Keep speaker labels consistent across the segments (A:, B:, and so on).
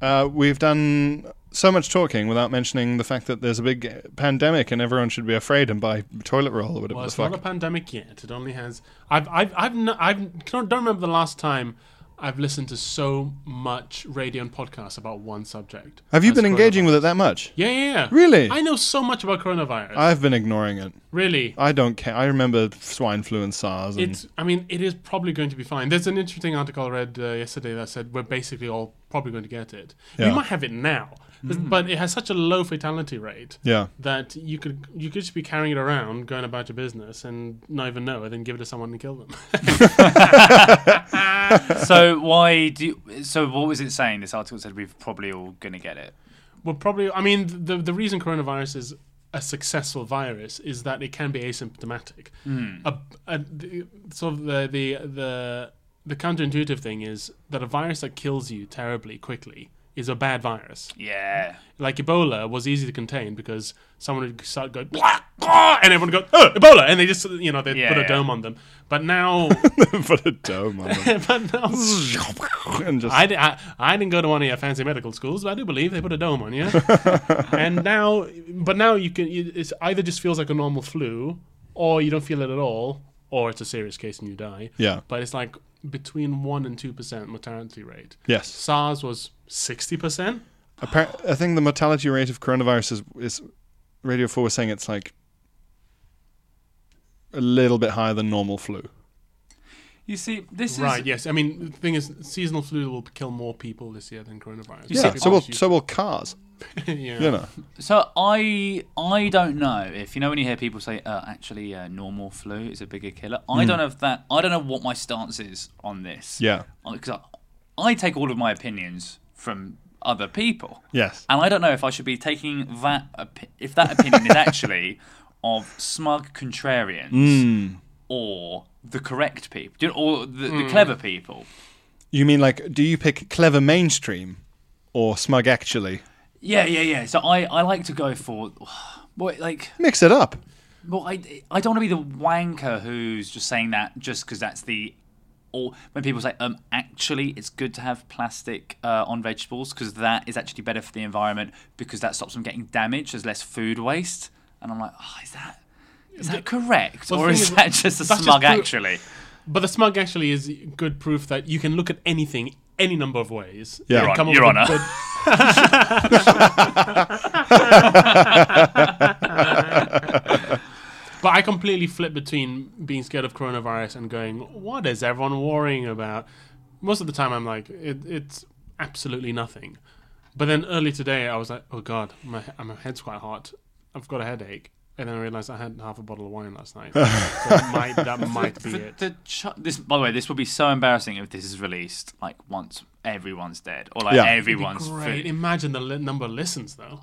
A: Uh, we've done so much talking without mentioning the fact that there's a big pandemic and everyone should be afraid and buy toilet roll or whatever
B: Well,
A: the
B: it's
A: fuck.
B: not a pandemic yet. It only has. I've, I've, I've, no, I've don't don't remember the last time I've listened to so much radio and podcasts about one subject.
A: Have you
B: as
A: been engaging
B: coronavirus.
A: with it that much?
B: Yeah, yeah, yeah.
A: Really?
B: I know so much about coronavirus.
A: I've been ignoring it.
B: really.
A: I don't care. I remember swine flu and SARS. And
B: It's. I mean, it is probably going to be fine. There's an interesting article I read uh, yesterday that said we're basically all probably going to get it.
A: Yeah.
B: We might have it now, but it has such a low fatality rate.
A: Yeah.
B: That you could you could just be carrying it around, going about your business, and not even know, and then give it to someone and kill them.
C: so why do? You, so what was it saying? This article said we're probably all gonna get it.
B: Well, probably. I mean, th- the the reason coronavirus is a successful virus is that it can be asymptomatic.
C: Hmm.
B: A, a, the, sort of the, the the the counterintuitive thing is that a virus that kills you terribly quickly is a bad virus.
C: Yeah.
B: Like Ebola was easy to contain because someone would start going "Blah, ah," and everyone would go oh Ebola and they just you know they
C: Yeah,
B: put a
C: yeah.
B: dome on them. But now,
A: put a dome on it.
B: but now.
A: and just
B: I, di- I, I didn't go to one of your fancy medical schools, but I do believe they put a dome on you. and now, but now you can. you- It's either just feels like a normal flu, or you don't feel it at all, or it's a serious case and you die.
A: Yeah.
B: But it's like between one and two percent mortality rate.
A: yes.
B: SARS was sixty percent.
A: Appar- I think the mortality rate of coronavirus is, is Radio Four was saying it's like a little bit higher than normal flu.
C: You see, this
B: Right.
C: is
B: Yes. I mean, the thing is, seasonal flu will kill more people this year than coronavirus.
A: Yeah.
B: People
A: So will
B: just
A: so will cars.
B: use- yeah.
A: You know.
C: So I I don't know if you know when you hear people say uh, actually uh, normal flu is a bigger killer. I don't know if that I don't know what my stance is on this.
A: Yeah.
C: because I, I take all of my opinions from other people.
A: Yes.
C: and I don't know if I should be taking that opi- if that opinion is actually of smug contrarians or the correct people, do you know, or the, the clever people.
A: You mean like do you pick clever mainstream or smug actually?
C: Yeah, yeah, yeah. So I, I like to go for, well, like
A: Mix it up.
C: Well, I, I don't want to be the wanker who's just saying that just because that's the. Or when people say, um, actually, it's good to have plastic uh, on vegetables because that is actually better for the environment because that stops them getting damaged. There's less food waste. And I'm like, oh, is that is that correct?
B: Well, the
C: or
B: thing
C: is
B: is,
C: that just a
B: that's just
C: smug,
B: proof-
C: actually?
B: But the smug actually is good proof that you can look at anything any number of ways.
A: Yeah.
B: and
A: Your
B: come up
C: Your
B: with a
C: Honour.
B: good- But I completely flip between being scared of coronavirus and going, "What is everyone worrying about?" Most of the time, I'm like, it, "It's absolutely nothing." But then early today, I was like, "Oh God, my he- my head's quite hot. I've got a headache." And then I realized I had half a bottle of wine last night. so it might, that might be
C: The,
B: it.
C: the ch- this, by the way, this would be so embarrassing if this is released like once everyone's dead or like
A: Yeah. It'd be
C: everyone's
B: Great.
C: food.
B: Imagine the li- number of listens, though.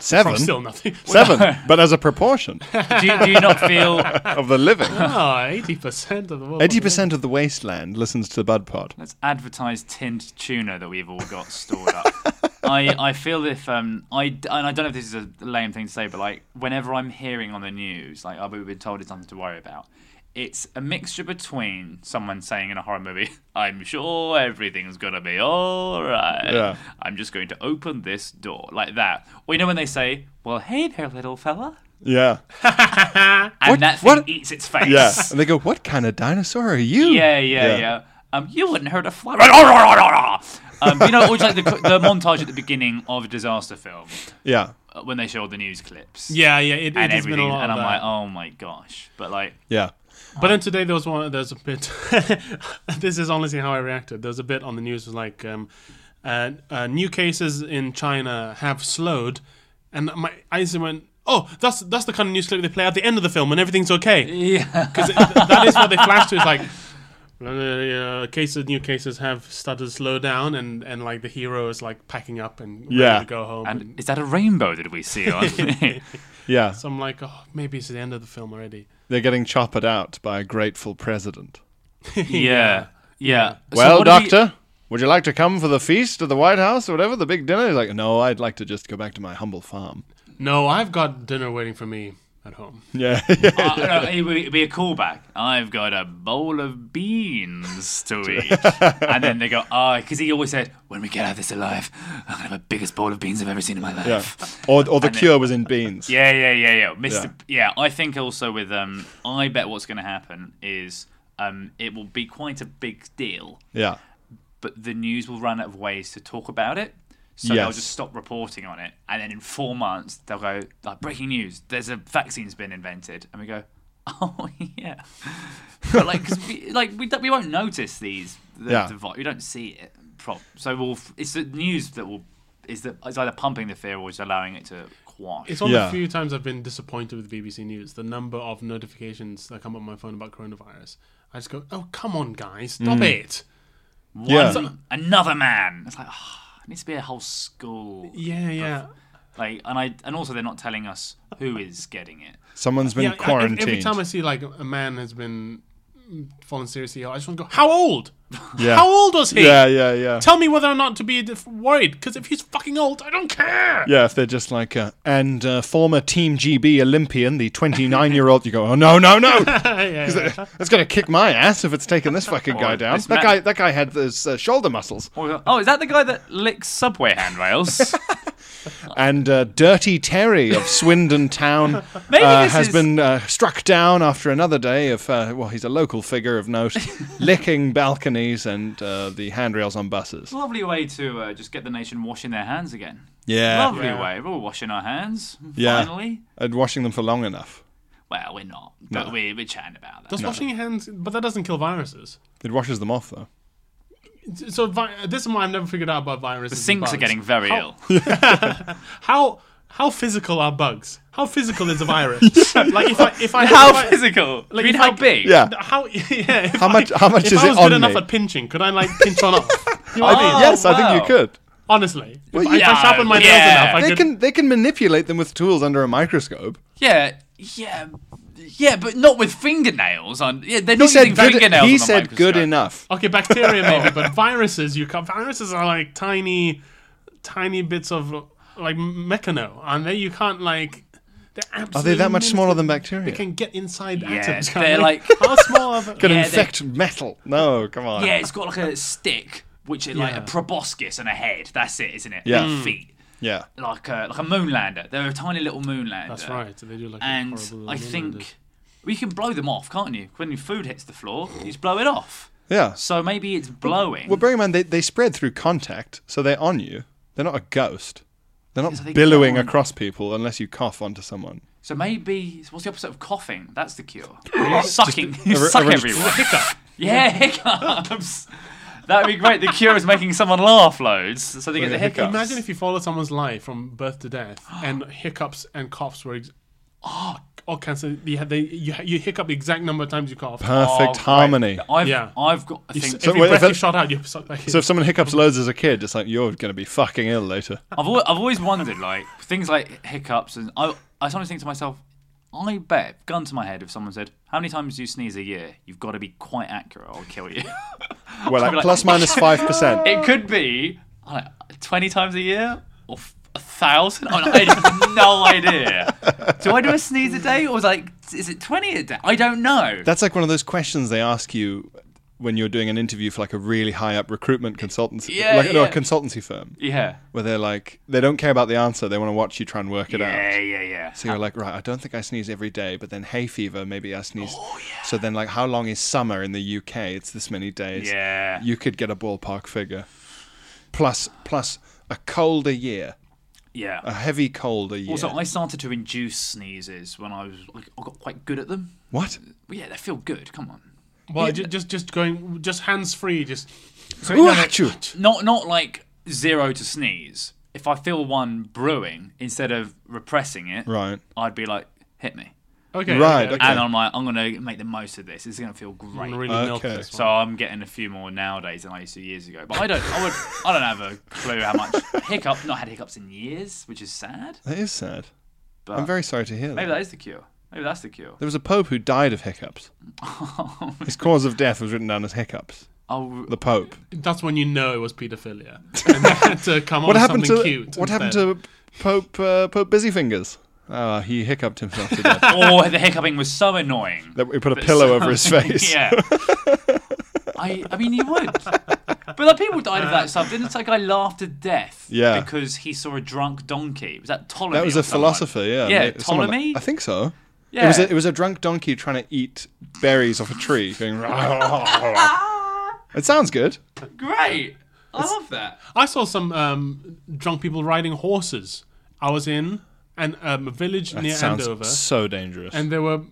A: Seven.
B: Still nothing.
A: Seven. but as a proportion
C: Do you, do you not feel?
A: of the living.
B: Ah, 80% of the world.
A: Eighty percent of the wasteland listens to the Bud Pod.
C: Let's advertise tinned tuna that we've all got stored up. I, I feel if um I and I don't know if this is a lame thing to say, but like whenever I'm hearing on the news, like I've been told it's something to worry about. It's a mixture between someone saying in a horror movie, "I'm sure everything's gonna be all right.
A: Yeah.
C: I'm just going to open this door like that." Or you know when they say, "Well, hey there, little fella,"
A: Yeah.
C: and
A: What-
C: that thing
A: what-
C: eats its face.
A: Yeah. And they go, What kind of dinosaur are you?
C: Yeah, yeah, yeah. Um, you wouldn't hurt a fly. um, you know, or just like the, the montage at the beginning of a disaster film
A: Yeah.
C: uh, when they show all the news clips.
B: Yeah, yeah, it, it
C: and
B: has
C: everything,
B: been a lot
C: and
B: of
C: I'm
B: that.
C: like, oh my gosh! But like,
A: Yeah.
B: But then today there was one. There's a bit. this is honestly how I reacted. There was a bit on the news was like, um, uh, uh, new cases in China have slowed, and my I instantly went, oh, that's that's the kind of news clip they play at the end of the film when everything's okay. Yeah, because that is what they flash to. It's like. Uh, cases, new cases have started to slow down, and, and like the hero is like packing up and ready
A: Yeah.
B: to go home. And,
C: And is that a rainbow that we see on?
A: Yeah,
B: so I'm like, oh, maybe it's the end of the film already.
A: they're getting choppered out by a grateful president.
C: yeah. yeah. So
A: well,
C: what do we-
A: doctor, would you like to come for the feast at the White House or whatever the big dinner? He's like, no, I'd like to just go back to my humble farm.
B: No, I've got dinner waiting for me at home.
A: Yeah,
C: Uh, no, it would it'd be a callback. I've got a bowl of beans to eat. and then they go, oh, because he always said, when we get out of this alive, I'm going to have the biggest bowl of beans I've ever seen in my
A: yeah.
C: life.
A: Or, or the
C: And it-
A: cure was in beans.
C: Yeah, yeah, yeah, yeah. Mr. Yeah. I think also with um, I bet what's going to happen is um, it will be quite a big deal,
A: yeah,
C: but the news will run out of ways to talk about it. So they'll
A: Yes.
C: just stop reporting on it, and then in four months they'll go like breaking news: there's a vaccine's been invented, and we go, oh yeah, but like 'cause we, like we don't, we won't notice these, the,
A: Yeah.
C: the vi- we don't see it. Prop. So we'll f- it's the news that will is that is either pumping the fear or is allowing it to quash.
B: It's one
A: Yeah.
B: of the few times I've been disappointed with BBC News. The number of notifications that come up on my phone about coronavirus. I just go, oh, come on, guys, stop
A: Mm.
B: it.
A: Yeah.
C: One- another man. It's like, ah, it needs to be a whole school.
B: Yeah, yeah.
C: Like, and I, and also they're not telling us who is getting it.
A: someone's been
B: yeah, I- ev-
A: quarantined.
B: every time I see like a man has been mm, fallen seriously ill, I just want to go, how old?
A: yeah.
B: How old was he?
A: Yeah, yeah, yeah.
B: Tell me whether or not to be dif- worried, because if he's fucking old, I don't care.
A: yeah, if they're just like, uh, and uh, former Team GB Olympian, the 29 year old, you go, oh, no, no, no.
B: yeah, yeah.
A: That's going to kick my ass if it's taking this fucking guy
C: Or
A: down.
C: this
A: That
C: man-
A: guy, that guy had his uh, shoulder muscles.
C: Or we go, Oh, is that the guy that licks subway handrails?
A: And uh, Dirty Terry of Swindon Town
C: Maybe
A: uh,
C: this
A: has
C: is-
A: been uh, struck down after another day of, uh, well, he's a local figure of note, licking balconies and uh, the handrails on buses.
C: Lovely way to uh, just get the nation washing their hands again.
A: Yeah.
C: Lovely way. We're all washing our hands.
A: Yeah.
C: Finally.
A: And washing them for long enough.
C: Well, we're not, but we, we're chatting about that.
B: Does washing your hands, but that doesn't kill viruses.
A: It washes them off, though.
B: So vi- this is why I've never figured out about viruses.
C: the
B: and
C: sinks are
B: bugs.
C: getting very
B: How-
C: ill.
B: How how physical are bugs? How physical is a virus? like if I if I if
C: How
B: I-
C: physical? I
B: Like,
C: mean,
B: if
C: how
B: I-
C: big?
A: Yeah.
B: How yeah? If
A: How much-
B: I,
A: how much
B: if
A: is
B: I
A: it
B: was
A: on
B: good enough
A: me?
B: at pinching, could I like pinch one off? You know
A: I
B: what I
A: think,
B: mean?
A: yes, I think
C: wow.
A: you could.
B: Honestly, if, I, if
C: yeah,
B: I sharpen my nails
C: yeah.
B: enough, I
A: They
B: could.
A: can, they can manipulate them with tools under a microscope.
C: Yeah. Yeah. Yeah, but not with fingernails on. Yeah, they're not
A: He said
C: using
A: good,
C: fingernails.
A: he
C: on a
A: said good
C: microscope.
A: enough.
B: Okay, bacteria maybe, but viruses you can't. Viruses are like tiny, tiny bits of like mechano, and they you can't like. They're
A: Are they
B: absolutely
A: that much smaller than
B: minuscule.
A: bacteria?
B: They can get inside
C: Yeah,
B: atoms. can't
C: they're
B: they?
C: like-
B: how small are they?
A: Could
C: Yeah, they-
A: infect metal. No, come on.
C: Yeah, it's got like a stick, which is like a
B: Yeah.
C: proboscis and a head. That's it, isn't it?
A: Yeah.
C: And
A: Mm.
C: feet.
A: Yeah.
C: Like a, like a moonlander. They're a tiny little moonlander.
B: That's right. They do like a
C: And
B: horrible
C: I
B: little
C: think we can blow them off, can't you? When your food hits the floor, you just blow it off.
A: Yeah.
C: So maybe it's blowing.
A: Well, bear in mind, they, they spread through contact, so they're on you. They're not a ghost. They're
C: Yes, I
A: not
C: think
A: billowing
C: they're on-
A: across people unless you cough onto someone.
C: so maybe what's the opposite of coughing? That's the cure. You're sucking. You
A: a- a
C: suck
A: re-
C: everyone. Yeah, hiccups. That'd be great. The cure is making someone laugh loads, so they get the hiccups.
B: Imagine if you follow someone's life from birth to death, and hiccups and coughs were. Ex- oh, all cancer. You, had, they, you, you hiccup the exact number of times you cough.
A: Perfect
C: Oh,
A: harmony.
C: great. I've,
B: Yeah.
C: I've got. I
B: You,
C: think,
B: s- every
A: wait, if
B: breath
A: that-
B: you shot out, you suck back in.
A: So if someone hiccups loads as a kid, it's like, you're going to be fucking ill later.
C: I've always, I've always wondered, like things like hiccups, and I I sometimes think to myself, I bet, gun to my head, if someone said, "How many times do you sneeze a year?" You've got to be quite accurate, or I'll kill you.
A: Well, like,
C: like-
A: plus minus 5%.
C: it could be like, twenty times a year, or f- a thousand. I I have no idea. Do I do a sneeze a day, or is like is it twenty a day? I don't know.
A: That's like one of those questions they ask you when you're doing an interview for like a really high up recruitment consultancy,
C: Yeah,
A: like no, a
C: yeah.
A: consultancy firm,
C: yeah.
A: where they're like, they don't care about the answer. They want to watch you try and work it out.
C: Yeah, yeah, yeah.
A: So you're like, right, I don't think I sneeze every day, but then hay fever, maybe I sneeze.
C: Oh,
A: So then, like, how long is summer in the UK? It's this many days.
C: Yeah.
A: You could get a ballpark figure. Plus, plus a cold a year,
C: yeah.
A: a heavy cold a year.
C: also, I started to induce sneezes when I was like, I got quite good at them.
A: what?
C: But yeah, they feel good. Come on.
B: well, ju- just just going, just hands free, just
C: So,
A: Ooh,
C: no, no,
A: achoo.
C: not not like zero to sneeze. If I feel one brewing, instead of repressing it,
A: Right.
C: I'd be like, hit me.
B: Okay.
A: Right,
B: Okay.
A: okay.
C: And I'm like, I'm gonna make the most of this. It's gonna feel
B: I'm
C: great.
B: really milk
A: Okay.
B: this
C: So I'm getting a few more nowadays than I used to years ago. But I don't, I would, I don't have a clue how much hiccup. Not had hiccups in years, which is sad.
A: That is sad.
C: But
A: I'm very sorry to hear that.
C: maybe that is the cure. Maybe that's the cure.
A: There was a pope who died of hiccups. His cause of death was written down as hiccups.
C: Oh,
A: The pope.
B: That's when you know it was paedophilia. And they had to come
A: What
B: on
A: happened
B: with something
A: to
B: cute.
A: what happened
B: instead.
A: to Pope uh, Pope Busyfingers? Ah, he hiccuped himself to death.
C: or the hiccuping was so annoying.
A: that we put a pillow over his face.
C: yeah. I, I mean, you would. But like, people died of that stuff. Didn't that guy laugh to death?
A: Yeah.
C: Because he saw a drunk donkey. Was that Ptolemy?
A: That was
C: or
A: a
C: someone?
A: philosopher, yeah.
C: Yeah,
A: Ma- someone like-
C: Ptolemy?
A: I think so.
C: Yeah.
A: It was a, it was a drunk donkey trying to eat berries off a tree, going. it sounds good.
C: Great. I love that.
B: I saw some um, drunk people riding horses. I was in an, um, a village
A: That
B: near
A: sounds
B: Andover.
A: so dangerous.
B: and there were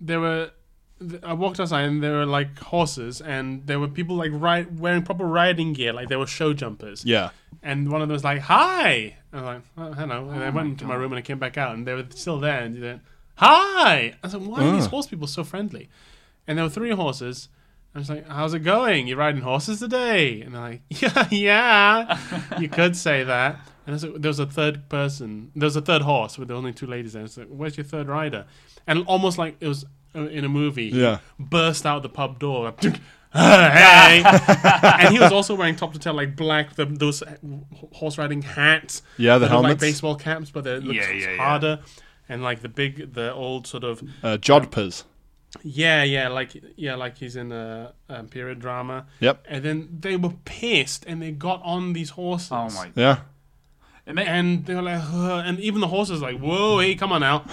B: there were th- I walked outside and there were like horses and there were people like ride, wearing proper riding gear like they were show jumpers.
A: yeah.
B: And one of them was like, "Hi," and I was like, oh, "Hello." And I went into my room and I came back out and they were still there and they went, "Hi." I said, "Why are these horse people so friendly?" And there were three horses. I was like, "How's it going? You riding horses today?" And they're like, "Yeah, yeah, you could say that." And I was like- there was a third person. There was a third horse with only two ladies there. I was like, "Where's your third rider?" And almost like it was uh, in a movie. he
A: Yeah.
B: Burst out the pub door. like, hey, and he was also wearing top to tail like black the, those uh, h- horse riding hats.
A: Yeah, the
B: that look like
A: helmets.
B: baseball caps, but they look
C: Yeah, yeah, yeah.
B: harder. And like the big, the old sort of
A: Uh, Jodpers.
B: yeah, yeah, like yeah, like he's in a, um period drama.
A: Yep.
B: And then they were pissed, and they got on these horses.
C: Oh my.
A: Yeah.
C: It ma-
B: And they were like, "Huh," and even the horse was like, "Whoa, hey, come on now!"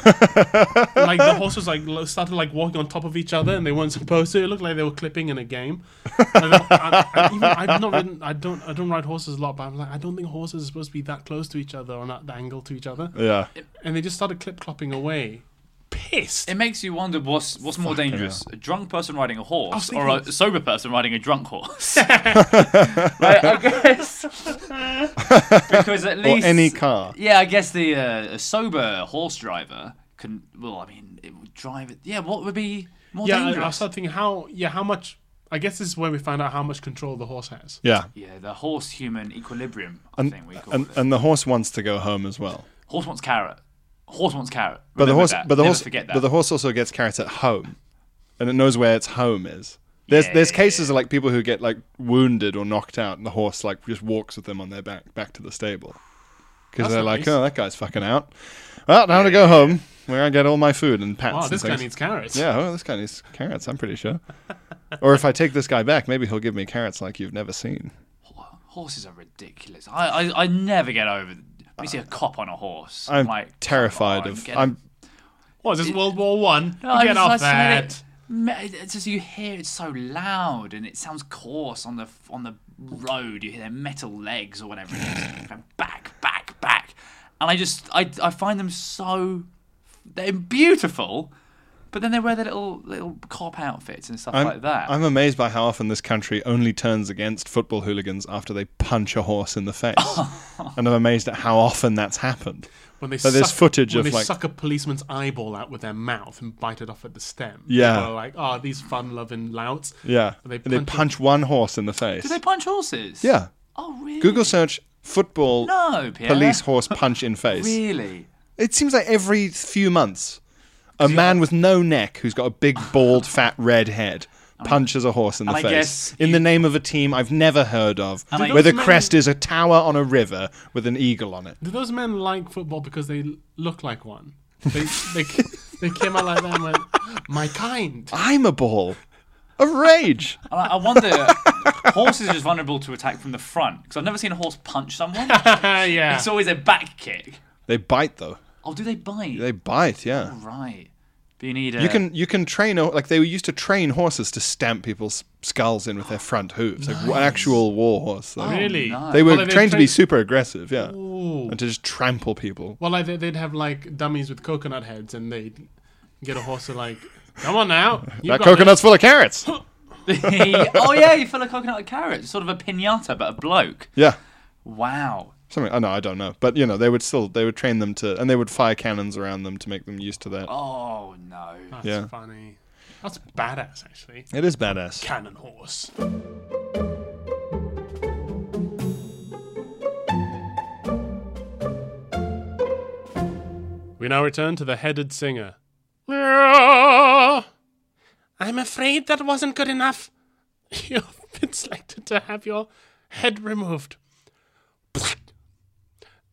B: like the horses like lo- started like walking on top of each other, and they weren't supposed to. It looked like they were clipping in a game. And I, I, I, even, I've not ridden, I don't, I don't ride horses a lot, but I'm like, I don't think horses are supposed to be that close to each other or that angle to each other.
A: Yeah.
B: And they just started clip clopping away, pissed.
C: it makes you wonder what's what's more dangerous: a drunk person riding a horse,
B: thinking-
C: or a sober person riding a drunk horse. right, I guess. because at
A: Or
C: least
A: any car.
C: Yeah, I guess the uh, a sober horse driver can. Well, I mean, it would drive it. Yeah, what would be more
B: yeah, I, I
C: dangerous?
B: started thinking how, yeah, how much. I guess this is where we find out how much control the horse has.
A: Yeah.
C: yeah, the horse-human equilibrium. I
A: And,
C: think we call
A: and
C: it.
A: and the horse wants to go home as well.
C: horse wants carrot. Horse wants carrot.
A: But the
C: Remember
A: horse,
C: that.
A: but the
C: Never
A: horse,
C: forget that.
A: but the horse also gets carrots at home, and it knows where its home is. There's
C: Yeah,
A: there's
C: yeah,
A: cases of like people who get like wounded or knocked out, and the horse like just walks with them on their back back to the stable because
B: That's
A: they're like,
B: nice.
A: oh, that guy's fucking out. Well, now to go home where I get all my food and pats.
B: Wow,
A: and
B: this guy
A: things."
B: needs carrots.
A: Yeah, oh, this guy needs carrots. I'm pretty sure. or if I take this guy back, maybe he'll give me carrots like you've never seen.
C: Horses are ridiculous. I, I, I never get over. When you see a cop on a horse,
A: I'm
C: like, come
A: terrified
C: on,
A: of.
C: get-
A: I'm
B: What is this World War One?
C: No, I
B: Get
C: just-
B: off
C: I
B: that.
C: just find it- me- It's just you hear it's so loud and it sounds coarse on the on the road. You hear their metal legs or whatever it is going back, back, back, and I just I, I find them so they're beautiful, but then they wear their little little cop outfits and stuff
A: I'm,
C: like that.
A: I'm amazed by how often this country only turns against football hooligans after they punch a horse in the face. and I'm amazed at how often that's happened.
B: When they
A: But there's
B: suck-
A: footage
B: when
A: of,
B: they
A: like-
B: suck a policeman's eyeball out with their mouth and bite it off at the stem.
A: Yeah.
B: People are like, oh, these fun-loving louts.
A: Yeah.
B: And they
A: And they
B: punch
A: punch,
B: a-
A: one horse in the face.
C: Do they punch horses?
A: yeah.
C: Oh really?
A: Google search football
C: No, Pierre.
A: police horse punch in face.
C: Really?
A: It seems like every few months, a man with no neck who's got a big, bald, fat, red head. Punches a horse in the
C: and I
A: face
C: guess
A: in the name of a team I've never heard of,
C: And I-
A: where the
B: those men-
A: crest is a tower on a river with an eagle on it.
B: Do those men like football because they l- look like one? They they, they came out like that and went, my kind.
A: I'm a ball of rage.
C: And I I wonder. horses are just vulnerable to attack from the front because I've never seen a horse punch someone.
B: yeah.
C: It's always a back kick.
A: They bite though.
C: Oh, do they bite?
A: They bite. Yeah.
C: Right. But you need a.
A: You can you can train a- like they were used to train horses to stamp people's skulls in with their front hooves, like an actual war horse. Though.
B: Oh. really?
A: They were
B: Well,
A: trained to
B: they
A: be
B: trained-
A: super aggressive. Yeah. And to just trample people.
B: Well, like they- they'd have like dummies with coconut heads, and they'd get a horse to like, come on now, you
A: That
B: got
A: coconut's full of carrots.
C: oh yeah, you fill a coconut with carrots. Sort of a pinata, but a bloke.
A: yeah.
C: Wow.
A: Something. Oh, no, I don't know. But you know, they would still they would train them to, and they would fire cannons around them to make them used to that.
C: Oh no.
B: That's
A: Yeah.
B: funny. That's badass, actually.
A: It is badass.
B: Cannon horse. We now return to the headed singer. Ah! I'm afraid that wasn't good enough. You've been selected to have your head removed.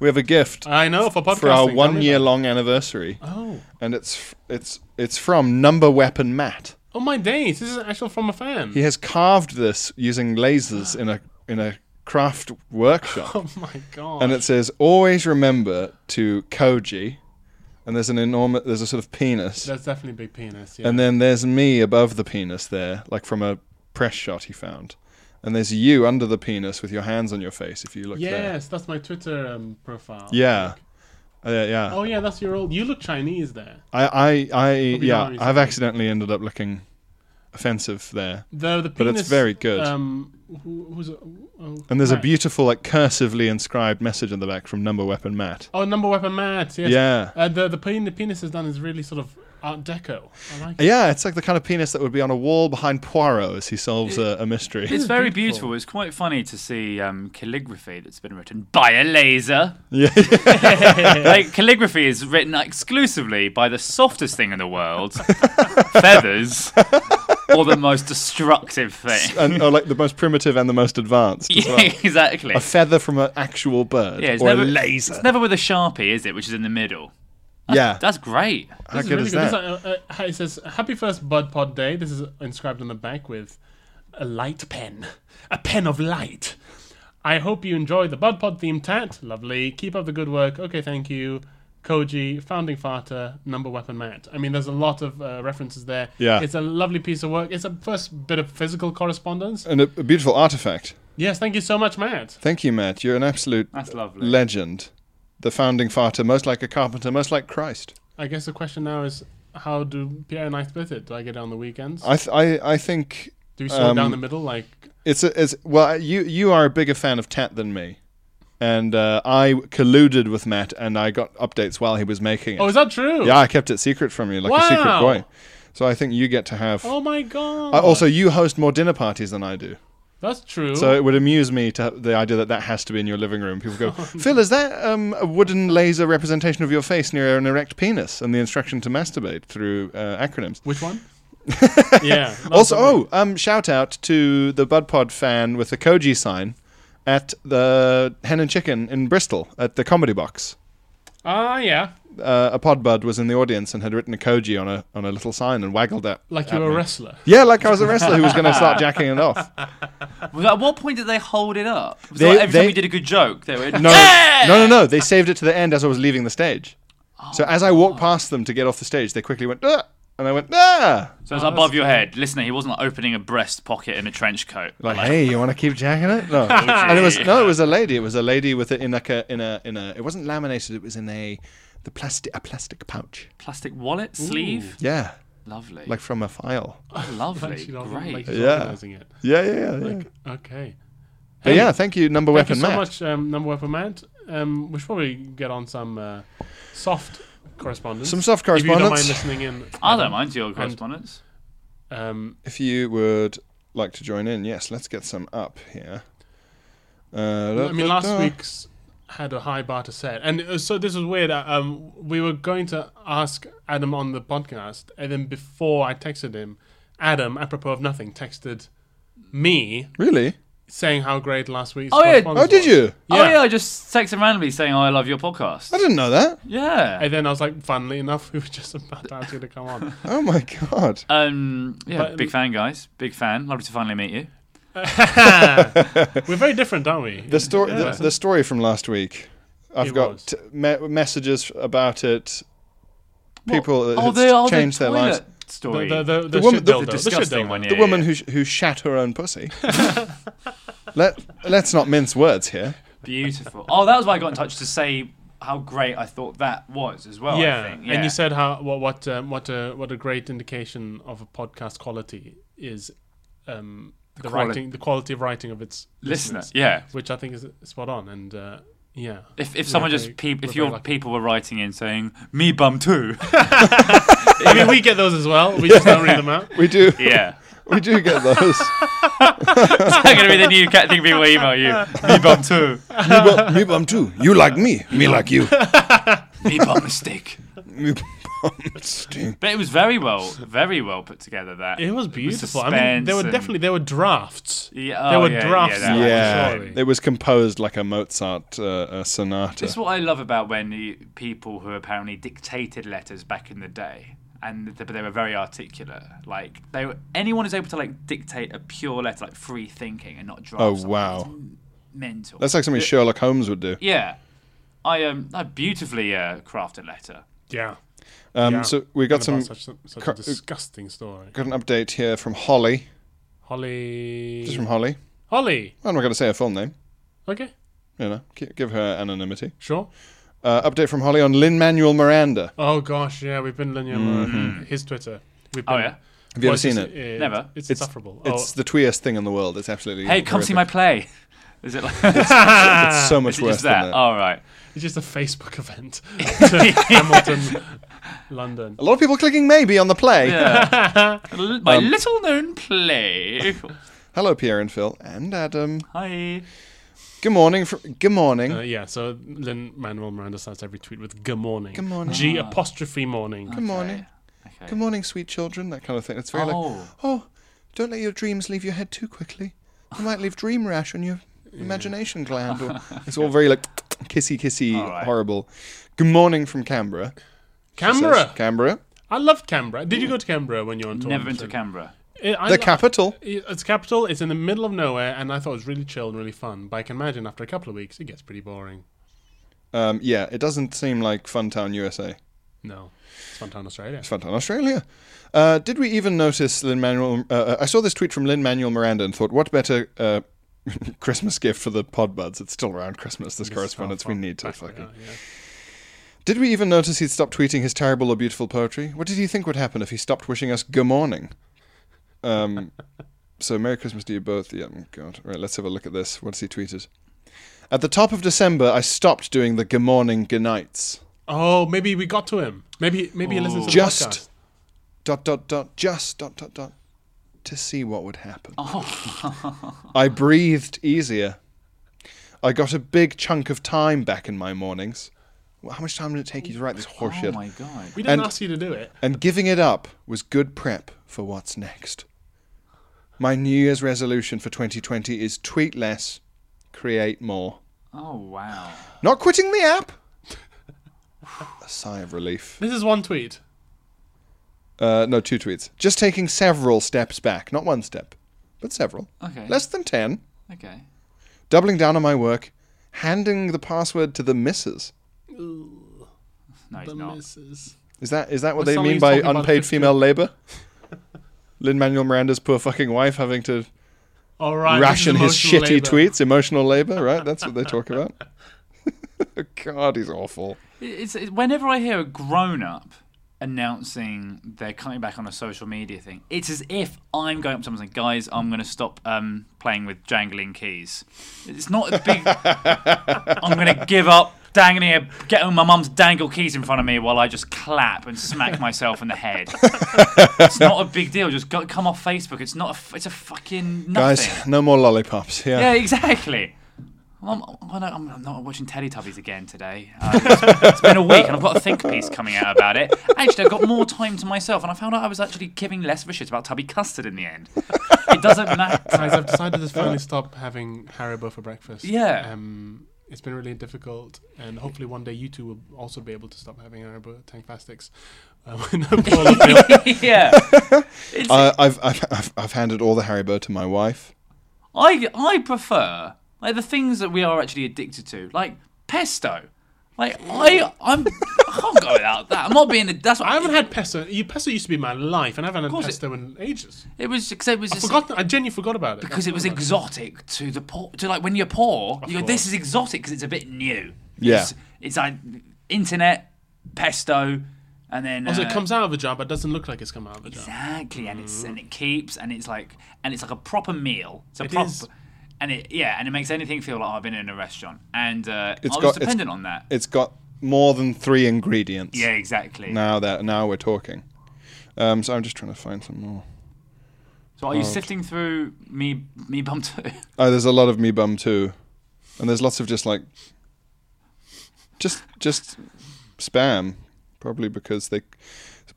A: We have a gift
B: I know for podcasting.
A: for our
B: tell me
A: one year
B: about
A: long anniversary,
B: it. Oh,
A: and it's f- it's it's from Number Weapon Matt.
B: oh my days! This is actually from a fan.
A: He has carved this using lasers in a in a craft workshop.
B: Oh my god!
A: and it says always remember to koji and there's an enormous there's a sort of penis
B: That's definitely a big penis. Yeah.
A: and then there's me above the penis there like from a press shot he found and there's you under the penis with your hands on your face if you look there
B: yes, that's my Twitter um, profile.
A: yeah Uh, yeah
B: Oh yeah, that's your old. You look Chinese there.
A: i i i
B: be
A: yeah
B: nice.
A: i've accidentally ended up looking offensive there
B: The the penis.
A: But it's very good.
B: Um, who, who's oh,
A: and there's a
B: Matt.
A: beautiful like cursively inscribed message on the back from number weapon matt
B: Oh, number weapon Matt. Yes.
A: Yeah.
B: Uh, the the penis the penis is done is really sort of Art Deco. I like it.
A: yeah, it's like the kind of penis that would be on a wall behind Poirot as he solves a, a mystery.
C: It's very beautiful. It's quite funny to see um, calligraphy that's been written by a laser.
A: Yeah.
C: like calligraphy is written exclusively by the softest thing in the world, feathers, or the most destructive thing.
A: and or like the most primitive and the most advanced as well.
C: Yeah, exactly.
A: A feather from an actual bird
C: Yeah, it's
A: or
C: never-
A: a laser.
C: It's never with a sharpie, is it? Which is in the middle.
A: yeah,
C: That's great.
A: how
B: This
A: good
B: is
A: is
B: really
A: that?
B: This is, uh, uh, it says "Happy First Bud Pod Day." This is inscribed on the back with a light pen, a pen of light. I hope you enjoy the Bud Pod themed tat. Lovely. Keep up the good work. Okay, thank you. Koji, founding father, number weapon Matt. I mean, there's a lot of uh, references there.
A: Yeah.
B: It's a lovely piece of work. It's a first bit of physical correspondence.
A: and a, a beautiful artifact.
B: Yes, thank you so much, Matt.
A: Thank you, Matt. You're an absolute
C: That's lovely.
A: legend. The founding father, most like a carpenter, most like Christ.
B: I guess the question now is how do Pierre and I split it? Do I get it on the weekends?
A: I th- I, I think
B: do we sort of down
A: um,
B: the middle? Like,
A: it's a, it's well you you are a bigger fan of Tat than me, and uh, I colluded with Matt and I got updates while he was making it.
B: oh, is that true?
A: yeah, I kept it secret from you like a secret
B: Wow.
A: boy. So I think you get to have.
B: Oh my god.
A: Uh, also, you host more dinner parties than I do.
B: That's true.
A: So it would amuse me to the idea that that has to be in your living room. People go,
B: Oh,
A: Phil, is that um, a wooden laser representation of your face near an erect penis? And the instruction to masturbate through uh, acronyms.
B: Which one? yeah.
A: Also, oh, um, shout out to the Bud Pod fan with the Koji sign at the Hen and Chicken in Bristol at the Comedy Box.
B: Ah, yeah.
A: Uh, a pod bud was in the audience and had written a Koji on a on a little sign and waggled that.
B: Like you
A: at
B: were a
A: me.
B: wrestler.
A: Yeah, like I was a wrestler who was going to start jacking it off.
C: Well, At what point did they hold it up? Was it
A: They-
C: like every
A: they-
C: time you did a good joke, they were
A: No, no, no, no. They saved it to the end as I was leaving the stage. so as I walked past them to get off the stage, they quickly went, ah! and I went, ah!
C: So it's above your head. Listener, he wasn't like, opening a breast pocket in a trench coat.
A: Like, hey, you want to keep jacking it?
B: Oh,
A: No, and it was no, it was a lady. It was a lady with it in like a in a in a. It wasn't laminated. It was in a the plastic a plastic pouch.
C: plastic wallet sleeve.
A: Yeah,
C: Lovely.
A: like from a file.
C: lovely.
B: Actually, rather than,
C: Great.
B: Like,
A: Yeah.
B: organising it.
A: Yeah, yeah, yeah. yeah.
B: Like, okay.
A: but
B: Hey,
A: yeah, thank you, Number
B: Thank
A: Weapon
B: you so
A: Matt.
B: much, um, Number Weapon Matt. Um, we should probably get on some uh, soft correspondence.
A: Some soft correspondence.
B: If you don't mind listening in.
C: I
B: Adam.
C: don't mind your correspondence.
B: Um,
A: If you would like to join in, yes, let's get some up here. Uh, da-
B: I mean,
A: da-
B: last
A: da.
B: week's had a high bar to set, and uh, so this was weird. uh, Um, we were going to ask Adam on the podcast, and then before I texted him, Adam, apropos of nothing, texted me
A: Really?
B: saying how great last week's.
C: Oh, yeah.
B: correspondence
A: Oh, did
B: was.
A: you?
C: Oh yeah, I just text him randomly saying oh, I love your podcast.
A: I didn't know that.
C: Yeah.
B: And then I was like, funnily enough, we were just about to ask you to come on.
A: Oh my god.
C: Um, yeah,
B: But-
C: big fan, guys. Big fan. Lovely to finally meet you.
B: We're very different, aren't we?
A: The story,
B: Yeah.
A: the, the story from last week. I've
B: It was.
A: got me- messages about it. People that
C: oh,
A: have
C: the, oh,
A: changed
C: the
A: their lives.
C: toilet Story.
B: The, the, the,
A: The woman-
B: shit
A: the-
B: dildo.
A: the
B: shit
C: disgusting
B: dildo.
C: one, yeah.
A: The woman who sh- who shat her own pussy. Let let's not mince words here.
C: Beautiful. Oh, that was why I got in touch to say how great I thought that was as well.
B: Yeah.
C: I think.
B: and you said how what what um, what a what a great indication of a podcast quality is um, the,
C: quali-
B: writing, the quality of writing of its
C: listener.
B: listeners,
C: Yeah.
B: which I think is spot on. And uh, yeah,
C: If,
B: We're
C: if someone
B: very-
C: just peep,
B: we're
C: if
B: very
C: your
B: lucky.
C: people were writing in saying me bum too,
B: I mean, we get those as well. We just don't read them out.
A: We do
C: yeah,
A: we do get those.
C: it's not gonna be the new cat thing people email you. Me bum too.
A: me, bum, me bum too. You like me. Me like you.
C: Me bum mistake.
A: Me bum stink.
C: But it was very well, very well put together. That
B: It was
C: The
B: beautiful. I mean, there were
C: suspense and-
B: definitely there were drafts.
C: Yeah,
B: there
C: oh,
B: were
C: yeah, yeah,
B: drafts.
C: that
B: left,
C: was
A: Yeah,
B: surely.
A: it was composed like a Mozart uh, uh, sonata.
C: This is what I love about when you, people who apparently dictated letters back in the day, and th- but they were very articulate. Like they were, anyone who's able to like dictate a pure letter, like free thinking and not draft.
A: oh
C: something,
A: wow,
C: mental.
A: that's like something Sherlock Holmes would do.
C: yeah, I um, I beautifully uh, crafted letter.
B: yeah.
A: Um,
B: yeah.
A: So we got
B: What about
A: some
B: such, a- such
A: cur-
B: a disgusting story.
A: got an update here from Holly.
B: Holly,
A: Just from Holly.
B: Holly.
A: I'm not going to say her full name.
B: Okay,
A: You know, gi- give her anonymity.
B: sure.
A: Uh, update from Holly on Lin Manuel Miranda.
B: Oh gosh, yeah, we've been linear his Twitter. We've been,
C: Oh, yeah?
A: Mm-hmm. Have you ever
B: it's
A: seen
B: just-
A: it?
C: Never.
B: It's, insufferable.
A: It's
B: oh,
A: the tweest thing in the world. It's absolutely.
C: Hey, come see my
A: horrific.
C: play. Is it like
A: It's so much
C: is it
A: worse
C: just that?
A: than that.
C: All right.
B: Oh, it's just a Facebook event. to Hamilton, London.
A: A lot of people clicking maybe on the play.
C: Yeah. my little known play.
A: Hello, Pierre and Phil and Adam.
C: Hi.
A: Good morning. Fr- good morning.
B: Uh, yeah, so Lynn Manuel Miranda starts every tweet with "Good morning."
A: Good morning. Ah.
B: G apostrophe morning.
A: Good morning. Good morning, sweet children. That kind of thing. It's very like,
C: Oh.
A: oh, don't let your dreams leave your head too quickly. You might leave dream rash on your imagination gland. Or, it's all very like kissy, kissy,
C: right.
A: horrible. Good morning from Canberra. she says.
B: Canberra.
A: Canberra,
B: I love Canberra. Did you go to Canberra when you were on tour?
C: Never been to Canberra.
B: It- I
A: the
B: lo-
A: capital.
B: it- It's capital. It's in the middle of nowhere, and I thought it was really chill and really fun. But I can imagine after a couple of weeks, it gets pretty boring.
A: Um, yeah, it doesn't seem like Funtown USA.
B: No, it's fun town Australia.
A: It's Funtown Australia. Uh, did we even notice Lin Manuel? Uh, uh, I saw this tweet from Lin Manuel Miranda and thought, what better uh, Christmas gift for the Podbuds? It's still around Christmas. This correspondence we need to fucking. Did we even notice he'd stopped tweeting his terrible or beautiful poetry? What did he think would happen if he stopped wishing us good morning? Um, so Merry Christmas to you both. Yeah, oh God. Right, let's have a look at this. What's he tweeted? At the top of December, I stopped doing the good morning, good nights.
B: Oh, maybe we got to him. Maybe maybe he listens to the
A: Just
B: podcast.
A: dot dot dot just dot dot dot to see what would happen.
C: Oh.
A: I breathed easier. I got a big chunk of time back in my mornings. Well, How much time did it take you to write this horseshit?
C: Oh my god.
B: We didn't
A: And-
B: ask you to do it.
A: and giving it up was good prep for what's next. My New Year's resolution for 2020 is tweet less, create more.
C: Oh wow.
A: Not quitting the app. A sigh of relief.
B: This is one tweet.
A: Uh, no, two tweets. Just taking several steps back, not one step, but several.
C: Okay.
A: Less than ten.
C: Okay.
A: Doubling down on my work, handing the password to the missus.
C: No, he's
B: The
C: not.
B: missus.
A: Is that is that what
B: Well,
A: they
B: somebody's
A: mean by
B: talking about
A: unpaid
B: fifty-
A: female labour? Lin Manuel Miranda's poor fucking wife having to
B: All right. this is
A: ration his
B: emotional
A: shitty
B: labour.
A: tweets, emotional labour, right? That's what they talk about. God, he's awful.
C: It's, it's- whenever I hear a grown up announcing they're coming back on a social media thing, it's as if I'm going up to someone and saying, "Guys, I'm going to stop um, playing with jangling keys." It's not a big. I'm going to give up dangling a, getting my mum's dangle keys in front of me while I just clap and smack myself in the head. it's not a big deal. Just go, come off Facebook. It's not. A, f- it's a fucking nothing.
A: Guys, no more lollipops. Yeah.
C: Yeah, exactly. I'm, I'm, not- I'm not watching Teletubbies again today. Um, it's, it's been a week, and I've got a think piece coming out about it. Actually, I've got more time to myself, and I found out I was actually giving less of a shit about tubby custard in the end. It doesn't matter.
B: Guys, I've decided to finally stop having Haribo for breakfast.
C: Yeah.
B: Um, it's been really difficult, and hopefully one day you two will also be able to stop having Haribo Tankfastics. Um, no Paul or Phil.
C: yeah,
A: I, I've, I've, I've, I've handed all the Haribo to my wife.
C: I I prefer like the things that we are actually addicted to, like pesto. Like I I'm I can't go without that. I'm not being a, that's what
B: I haven't had pesto. You, pesto used to be my life, and I haven't had
C: course it-
B: pesto in ages.
C: It was because it was
B: I
C: just
B: forgot. I genuinely forgot about it
C: because it was exotic to the poor. To like when you're poor, you go,
B: course.
C: this is exotic because it's a bit new.
A: Yeah.
C: it's, it's like internet pesto, and then
B: Also, it
C: uh,
B: comes out of a jar, but it doesn't look like it's come out of a jar.
C: exactly, and it's and it keeps and it's like and it's like a proper meal. It's a
B: It
C: proper.
B: is.
C: And it yeah, and it makes anything feel like oh, I've been in a restaurant, and uh,
A: It's
C: I was
A: got- it's-
C: dependent on that.
A: It's got more than three ingredients.
C: Yeah, exactly.
A: Now that now we're talking. Um, so I'm just trying to find some more.
C: So are you sifting through me me bum too?
A: Oh, there's a lot of me bum too, and there's lots of just like, just just spam, probably because they,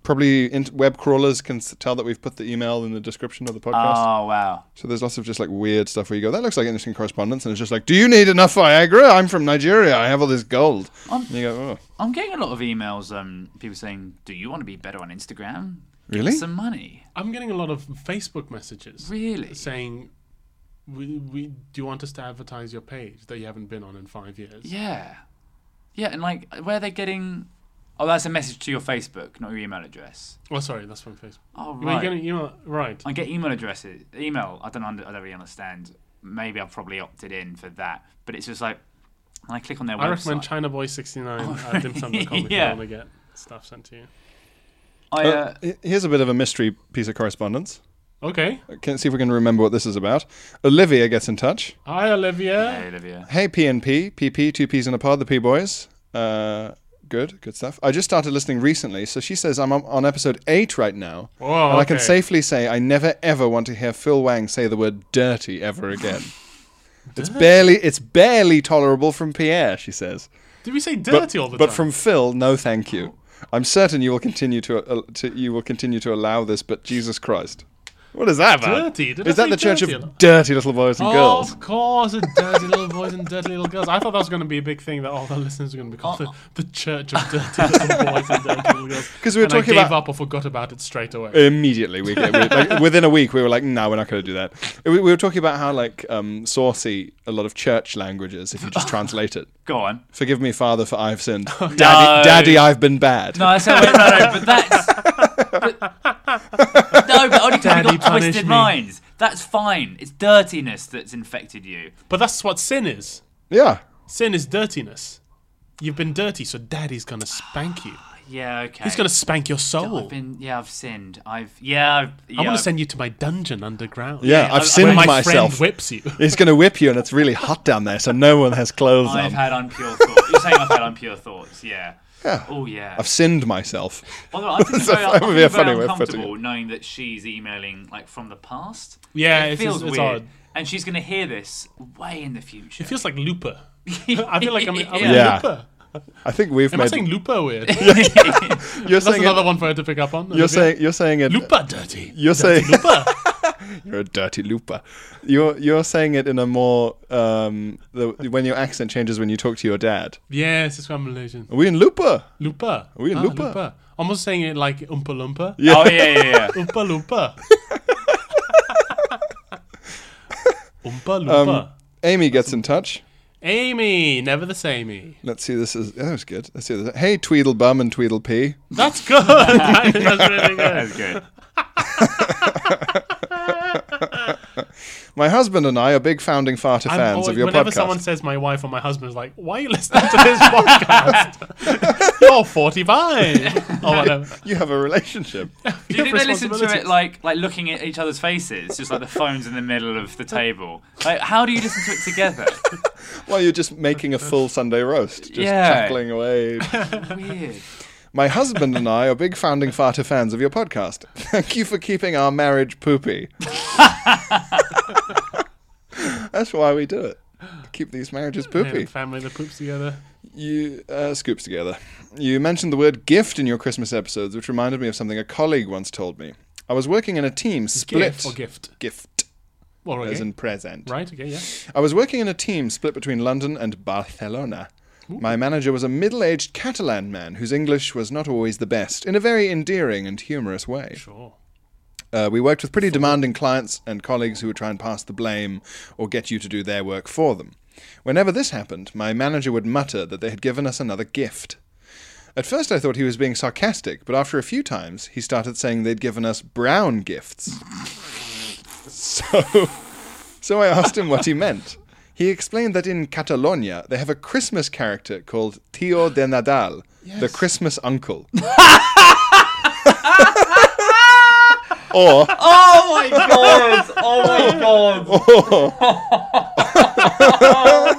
A: probably int- web crawlers can s- tell that we've put the email in the description of the podcast.
C: Oh wow.
A: So there's lots of just like weird stuff where you go, that looks like interesting correspondence, and it's just like, do you need enough Viagra? I'm from Nigeria. I have all this gold.
C: Um,
A: and you go, oh,
C: I'm getting a lot of emails. Um, people saying, "Do you want to be better on Instagram? Give us
A: Really?
C: some money."
B: I'm getting a lot of Facebook messages.
C: Really?
B: Saying, we, we, do you want us to advertise your page that you haven't been on in five years?
C: Yeah, yeah, and like, where are they getting? Oh, that's a message to your Facebook, not your email address.
B: Well, sorry, that's from Facebook.
C: Oh,
B: Well,
C: right.
B: You're gonna, you know, right.
C: I get email addresses. Email. I don't. Under, I don't really understand. Maybe I've probably opted in for that, but it's just like when I click on their
B: I
C: website. Oh,
B: recommend China Boy 69 at dimsum.com if
C: Yeah.
B: you want to get stuff sent to you.
C: I, uh,
A: H- here's a bit of a mystery piece of correspondence.
B: Okay.
A: Can see if we can remember what this is about. Olivia gets in touch.
B: Hi, Olivia.
C: hey, uh, Olivia.
A: Hey PNP, PP, two P's in a pod, the P boys. Uh, good, good stuff. I just started listening recently, so she says I'm on- on episode eight right now,
B: Whoa,
A: and I can
B: okay.
A: safely say I never ever want to hear Phil Wang say the word dirty ever again. it's barely, it's barely tolerable from Pierre, she says.
B: Did we say dirty
A: But,
B: all the
A: but
B: time?
A: from Phil, no, thank you. I'm certain you will continue to, uh, to you will continue to allow this, but Jesus Christ, what is that about?
B: Dirty? Did I
A: is that
B: say
A: the Church
B: dirty a
A: of
B: lot?
A: Dirty Little Boys and
B: Oh,
A: Girls?
B: of course, the dirty little boys and dirty little girls. I thought that was going to be a big thing that all the listeners are going to be
C: Oh.
B: called the, the Church of Dirty Little Boys and Dirty Little Girls.
A: 'Cause we were
B: And I
A: talking
B: gave
A: about-
B: up or forgot about it straight away.
A: immediately we get we, like, within a week we were like no we're not going to do that we, we were talking about how like um, saucy a lot of church language is if you just translate it
C: Go on.
A: forgive me father for i've sinned daddy, daddy i've been bad
C: No, that's how. no, no, but that's. But, no, but only because you
B: Daddy
C: got
B: punished
C: twisted
B: me.
C: minds. That's fine. It's dirtiness that's infected you.
B: But that's what sin is.
A: yeah
B: Sin is dirtiness. You've been dirty, so daddy's going to spank you.
C: Yeah, okay.
B: He's going to spank your soul.
C: I've been. Yeah, I've sinned. I've. Yeah. I've, yeah
B: I want
C: I've-
B: to send you to my dungeon underground.
A: yeah,
C: Yeah,
A: i've
C: I-
A: sinned
B: Where my
A: myself
B: friend whips you.
A: he's going to whip you and it's really hot down there so no one has clothes
C: I've
A: on
C: had unpure thoughts. You're saying I've had unpure thoughts, yeah. Oh yeah.
A: i've sinned myself
C: Although I think it's
A: So
C: very,
A: that would be a
C: I'm very
A: funny way of putting
C: uncomfortable knowing that she's emailing like from the past.
B: Yeah,
C: it
B: it's-
C: feels
B: it's- it's
C: weird.
B: odd.
C: And she's gonna hear this way in the future.
B: It feels like Looper. I feel like I'm, I'm in
A: Yeah.
B: Looper.
A: i think we've
B: Am I
A: made
B: saying Looper weird?
A: you're
B: That's
A: saying
B: another
A: it,
B: one for her to pick up on.
A: you're saying you're saying it
B: Looper dirty.
A: you're saying
B: Looper.
A: You're a dirty looper. You're you're saying it in a more um, the, when your accent changes when you talk to your dad.
B: yes, it's from Ah, Malaysian.
A: Are we in looper?
B: Looper.
A: Are we in Looper?
B: Almost saying it like Oompa Loompa.
C: Oh yeah, yeah, yeah.
B: Oompa Loompa.
A: Um,
B: Oompa Loompa.
A: Amy gets in touch.
B: Amy, never the samey.
A: Let's see. This is oh, that was good. Let's see. This. Hey, Tweedlebum and Tweedlepee.
B: That's good. That's really good.
C: That's good.
A: My husband and I are big founding farter
B: I'm
A: fans
B: always-
A: of your
B: whenever
A: podcast.
B: someone says my wife or my husband is like, why are you listening to this podcast? You're 45 or whatever.
A: you have a relationship.
C: Do you
B: have
C: think they listen to it
B: responsibilities.
C: like like looking at each other's faces, just like the phones in the middle of the table? Like, how do you listen to it together?
A: well, you're just making a full Sunday roast, just
C: Yeah.
A: chuckling away.
C: Weird.
A: My husband and I are big founding farter fans of your podcast. Thank you for keeping our marriage poopy. That's why we do it. to Keep these marriages
B: Yeah,
A: poopy.
B: family that poops together.
A: You uh, scoops together. You mentioned the word gift in your Christmas episodes, which reminded me of something a colleague once told me. I was working in a team split
B: Gift or gift.
A: gift
B: Well, okay.
A: as in present.
B: right, okay, yeah.
A: I was working in a team split between London and Barcelona. My manager was a middle aged Catalan man whose English was not always the best, in a very endearing and humorous way.
B: Sure.
A: Uh, we worked with pretty demanding clients and colleagues who would try and pass the blame or get you to do their work for them. Whenever this happened, my manager would mutter that they had given us another gift. At first, I thought he was being sarcastic, but after a few times, he started saying they'd given us brown gifts. so, so I asked him what he meant. He explained that in Catalonia, they have a Christmas character called Tio de Nadal, the Christmas uncle. or
C: Oh my god! Oh my god!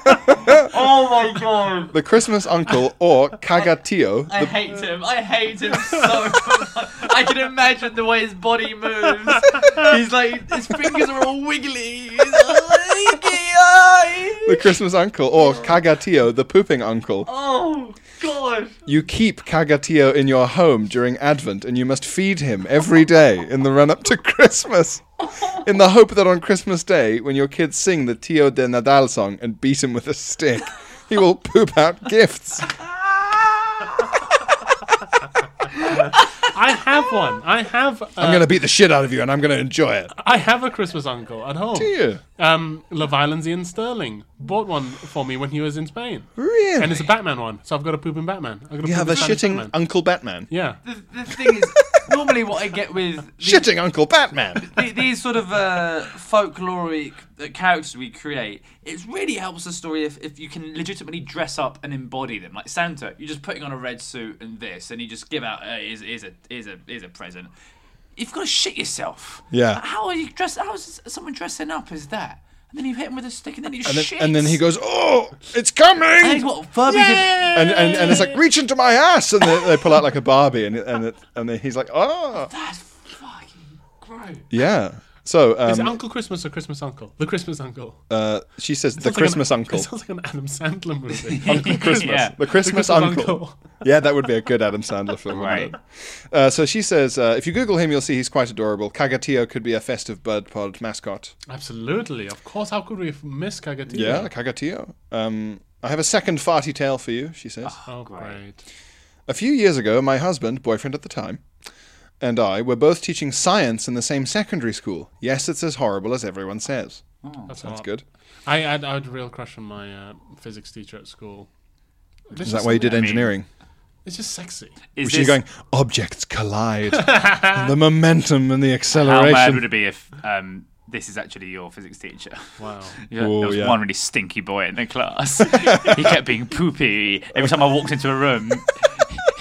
C: oh my god!
A: the Christmas uncle or Kagatio,
C: I
A: the,
C: hate him. I hate him so much. I can imagine the way his body moves. He's like his fingers are all wiggly. He's like,
A: the Christmas uncle or Kagatio, the pooping uncle.
C: oh god!
A: You keep Kagatio in your home during Advent and you must feed him every day in the run up to Christmas. In the hope that on Christmas Day, when your kids sing the Tio de Nadal song and beat him with a stick, he will poop out gifts.
B: I have one. I have.
A: I'm
B: Uh,
A: going to beat the shit out of you and I'm going to enjoy it.
B: I have a Christmas uncle at home.
A: you?
B: Um, Levilanzian Sterling bought one for me when he was in Spain.
A: Really?
B: And it's a Batman one, so I've got a poop in Batman. I've got
A: You
B: poop
A: have
B: in
A: a
B: Spanish
A: shitting Um,
B: Batman.
A: Uncle Batman.
B: yeah.
C: The, the thing is, normally what I get with these,
A: Shitting Uncle Batman.
C: the- these sort of uh, folkloric uh, characters we create, it really helps the story if, if you can legitimately dress up and embody them. Like Santa, you're just putting on a red suit and this, and you just give out uh, is is a is a is a present. You've got to shit yourself.
A: Yeah.
C: How are you dressed? How is someone dressing up as that? And then you hit him with a stick, and then you
A: And then,
C: shit.
A: and then he goes, Oh, it's coming!
C: And he's what? Furby did.
A: and, and, and it's like reach into my ass and they, they pull out like a barbie and it- and it, and then he's like oh
C: That's fucking gross.
A: yeah so
B: Is it
A: um,
B: Uncle Christmas or Christmas Uncle? The Christmas Uncle.
A: uh, she says the
B: Sounds like an-
A: christmas uncle
B: It sounds like an Adam Sandler movie.
C: Uncle Christmas. Yeah.
A: the christmas,
B: Christmas
A: uncle,
B: Uncle.
A: yeah that would be a good adam sandler film
C: Right.
A: wouldn't it? uh, so she says uh, if you google him you'll see he's quite adorable kagatio could be a festive bird pod mascot
B: Absolutely, of course. How could we have missed Kagatina?
A: yeah kagatio um, i have a second farty tale for you she says
B: Oh, great.
A: A few years ago, my husband, boyfriend at the time, and I were both teaching science in the same secondary school. Yes, it's as horrible as everyone says. That's
B: That's, hot.
A: good.
B: I had, I had a real crush on my uh, physics teacher at school.
A: Is that why you did engineering?
B: It's just sexy.
C: Is
A: Was she going, objects collide. the momentum and the
C: How bad
A: acceleration.
C: would it be if um, this is actually your physics teacher?
B: Wow.
C: Yeah,
A: Ooh,
C: there was
A: yeah.
C: one really stinky boy in the class. he kept being poopy every time I walked into a room.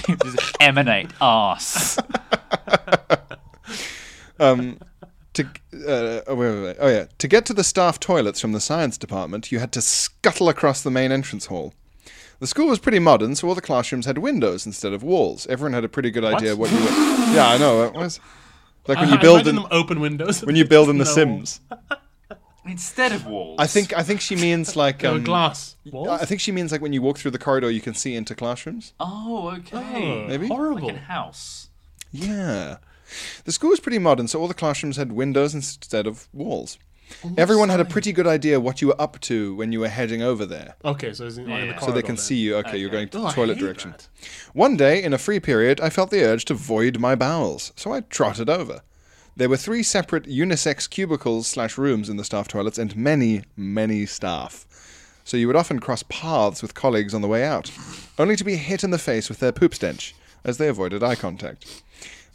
C: He would just emanate arse.
A: to, uh, oh, wait, wait, wait. oh, yeah. To get to the staff toilets from the science department, you had to scuttle across the main entrance hall. The school was pretty modern, so all the classrooms had windows instead of walls. Everyone had a pretty good idea what, you were. Yeah, I know. It was like when you
B: I
A: build
B: Ah, imagine
A: in,
B: them open windows.
A: when you build in The
B: No.
A: Sims.
C: Instead of walls.
A: I think I think she means like
B: There were
A: um,
B: glass walls.
A: I think she means like when you walk through the corridor, you can see into classrooms.
C: Oh, okay.
A: maybe?
B: horrible.
C: Like a house.
A: Yeah, the school was pretty modern, so all the classrooms had windows instead of walls. Everyone had a pretty good idea what you were up to when you were heading over there,
B: Okay, so it's in, like, in the
C: Yeah.
B: corridor
A: so they can
B: then.
A: see you. Okay, you're going to the
B: Oh, I
A: toilet
B: hate
A: direction.
B: that.
A: One day, in a free period, I felt the urge to void my bowels, so I trotted over. There were three separate unisex cubicles slash rooms in the staff toilets and many, many staff. So you would often cross paths with colleagues on the way out, only to be hit in the face with their poop stench as they avoided eye contact.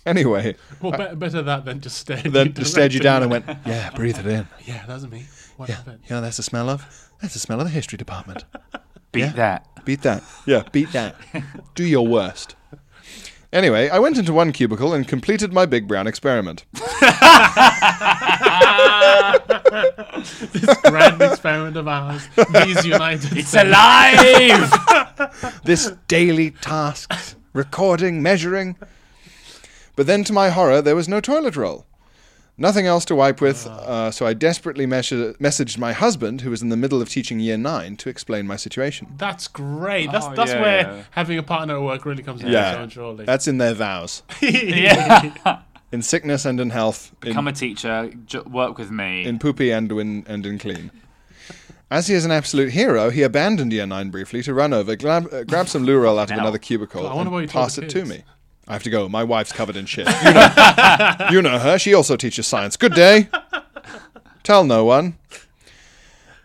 A: Anyway,
B: Well, be- better that than just stared.
A: then
B: you
A: just stared you down and
B: directly.
A: went, "Yeah, breathe it in."
B: "Yeah, that's me." What
A: Yeah,
B: happened?
A: you know that's the smell of. That's the smell of the history department.
C: Beat
A: Yeah.
C: that.
A: Beat that. Yeah, beat that. Do your worst. Anyway, I went into one cubicle and completed my big brown experiment.
B: This grand experiment of ours, these United
C: It's
B: States.
C: alive!
A: this daily task, recording, measuring. But then, to my horror, there was no toilet roll. Nothing else to wipe with, uh, so I desperately meshe- messaged my husband, who was in the middle of teaching year nine, to explain my situation.
B: That's great. That's
C: Oh,
B: that's
C: yeah,
B: where
C: yeah.
B: having a partner at work really comes into its own. Surely.
A: that's in their vows.
C: yeah.
A: In sickness and in health, in
C: Become a teacher, j- work with me.
A: in poopy and in, and in clean. As he is an absolute hero, he abandoned Year 9 briefly to run over, grab, uh, grab some loo roll out of
C: Now.
A: another cubicle,
B: I wonder what he
A: and
B: told
A: pass
B: the
A: it to
B: kids.
A: me. I have to go. My wife's covered in shit. You know, you know her. She also teaches science. Good day. Tell no one.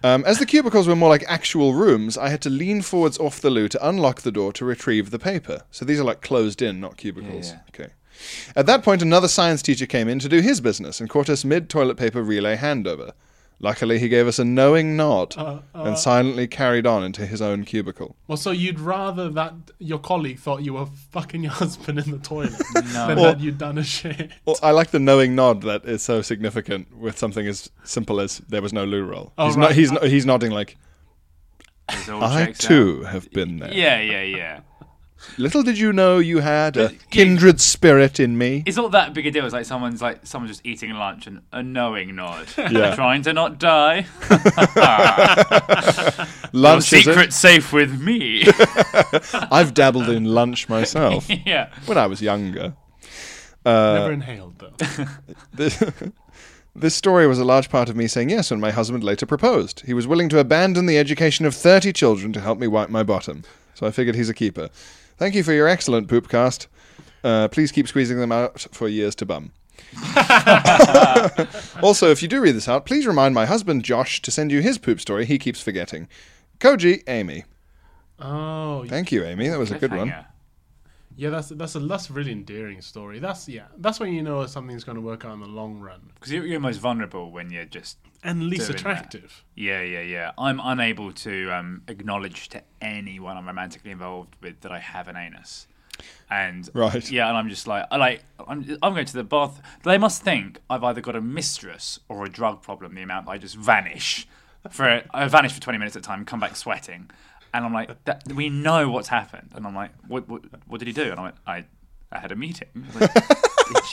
A: Um, as the cubicles were more like actual rooms, I had to lean forwards off the loo to unlock the door to retrieve the paper. So these are like closed in, not cubicles.
C: Yeah,
A: Okay. At that point, another science teacher came in to do his business and caught us mid toilet paper relay handover. Luckily, he gave us a knowing nod
C: Uh,
A: and silently carried on into his own cubicle.
B: Well, so you'd rather that your colleague thought you were fucking your husband in the toilet than
C: Or-
B: that you'd done a shit.
A: Well, I like the knowing nod that is so significant with something as simple as there was no loo roll.
B: Oh,
A: he's
B: right.
A: not, he's, not, he's nodding like,
C: It all
A: I
C: checks
A: too have been there.
C: out. Yeah, yeah, yeah.
A: Little did you know you had
C: Uh,
A: a kindred spirit in me.
C: It's not that big a deal. It's like someone's like someone's just eating lunch and a knowing nod,
A: Yeah.
C: trying to not die. Your
A: Lunch is it?
C: secret's safe with me.
A: I've dabbled in lunch myself
C: yeah.
A: when I was younger. uh,
B: Never inhaled though.
A: This, this story was a large part of me saying yes when my husband later proposed. He was willing to abandon the education of 30 children to help me wipe my bottom. So I figured he's a keeper. Thank you for your excellent poopcast. Uh, please keep squeezing them out for years to bum. also, if you do read this out, please remind my husband Josh to send you his poop story he keeps forgetting. Koji, Amy.
B: Oh,
A: Thank you, Amy. That was a good one.
C: Cliffhanger.
B: yeah. That's that's a that's a really endearing story. That's yeah. That's when you know something's going to work out in the long run
C: Because you're, you're most vulnerable when you're just.
B: and least
C: Doing that.
B: attractive.
C: Yeah, yeah, yeah. I'm unable to um, acknowledge to anyone I'm romantically involved with that I have an anus. And
A: Right.
C: yeah, and I'm just like, I like, I'm, I'm going to the bath. They must think I've either got a mistress or a drug problem. The amount that I just vanish for, I vanish for 20 minutes at a time, come back sweating, and I'm like, that, we know what's happened. And I'm like, what, what, what did he do? And I went, I, I had a meeting. I was like,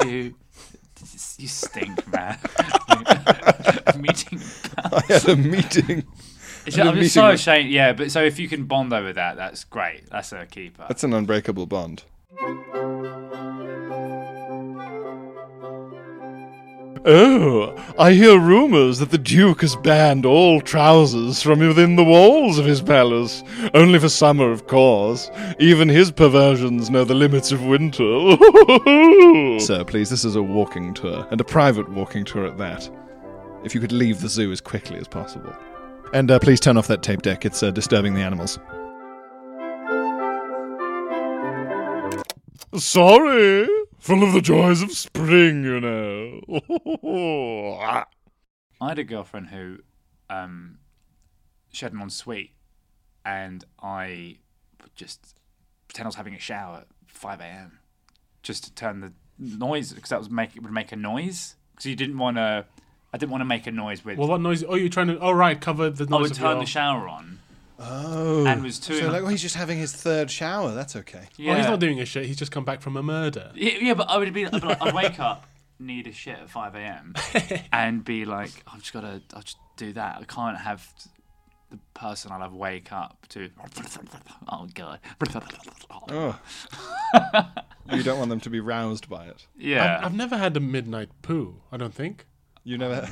C: did you? You stink, man. meeting.
A: I had a meeting.
C: It's-
A: And
C: I'm
A: a
C: just
A: meeting
C: so
A: with-
C: ashamed. Yeah, but so if you can bond over that, that's great. That's a keeper.
A: That's an unbreakable bond.
D: Oh, I hear rumors that the Duke has banned all trousers from within the walls of his palace. Only for summer, of course. Even his perversions know the limits of winter.
A: Sir, please, this is a walking tour, and a private walking tour at that. If you could leave the zoo as quickly as possible. And uh, please turn off that tape deck, it's uh, disturbing the animals.
D: Sorry. Full of the joys of spring, you know. Ah.
C: I had a girlfriend who, um, she had an ensuite, and I would just pretend I was having a shower at 5 a.m. just to turn the noise because that was make it would make a noise because you didn't want to. I didn't want to make a noise with.
B: Well, what noise? Oh, you're trying to. Oh, right, cover the
C: I
B: noise.
C: would
B: of
C: turn
B: your-
C: the shower on
A: Oh.
C: and was too.
A: he's just having his third shower, that's okay.
C: yeah.
B: Oh, he's not doing a shit. He's just come back from a murder.
C: Yeah, yeah, but I would be. I'd, be like, I'd wake up, need a shit at five a.m. and be like, I've just got to. I'll just do that. I can't have the person I love wake up to. Oh god.
A: Oh. you don't want them to be roused by it.
C: Yeah.
B: I've, I've never had a midnight poo. I don't think.
A: You never.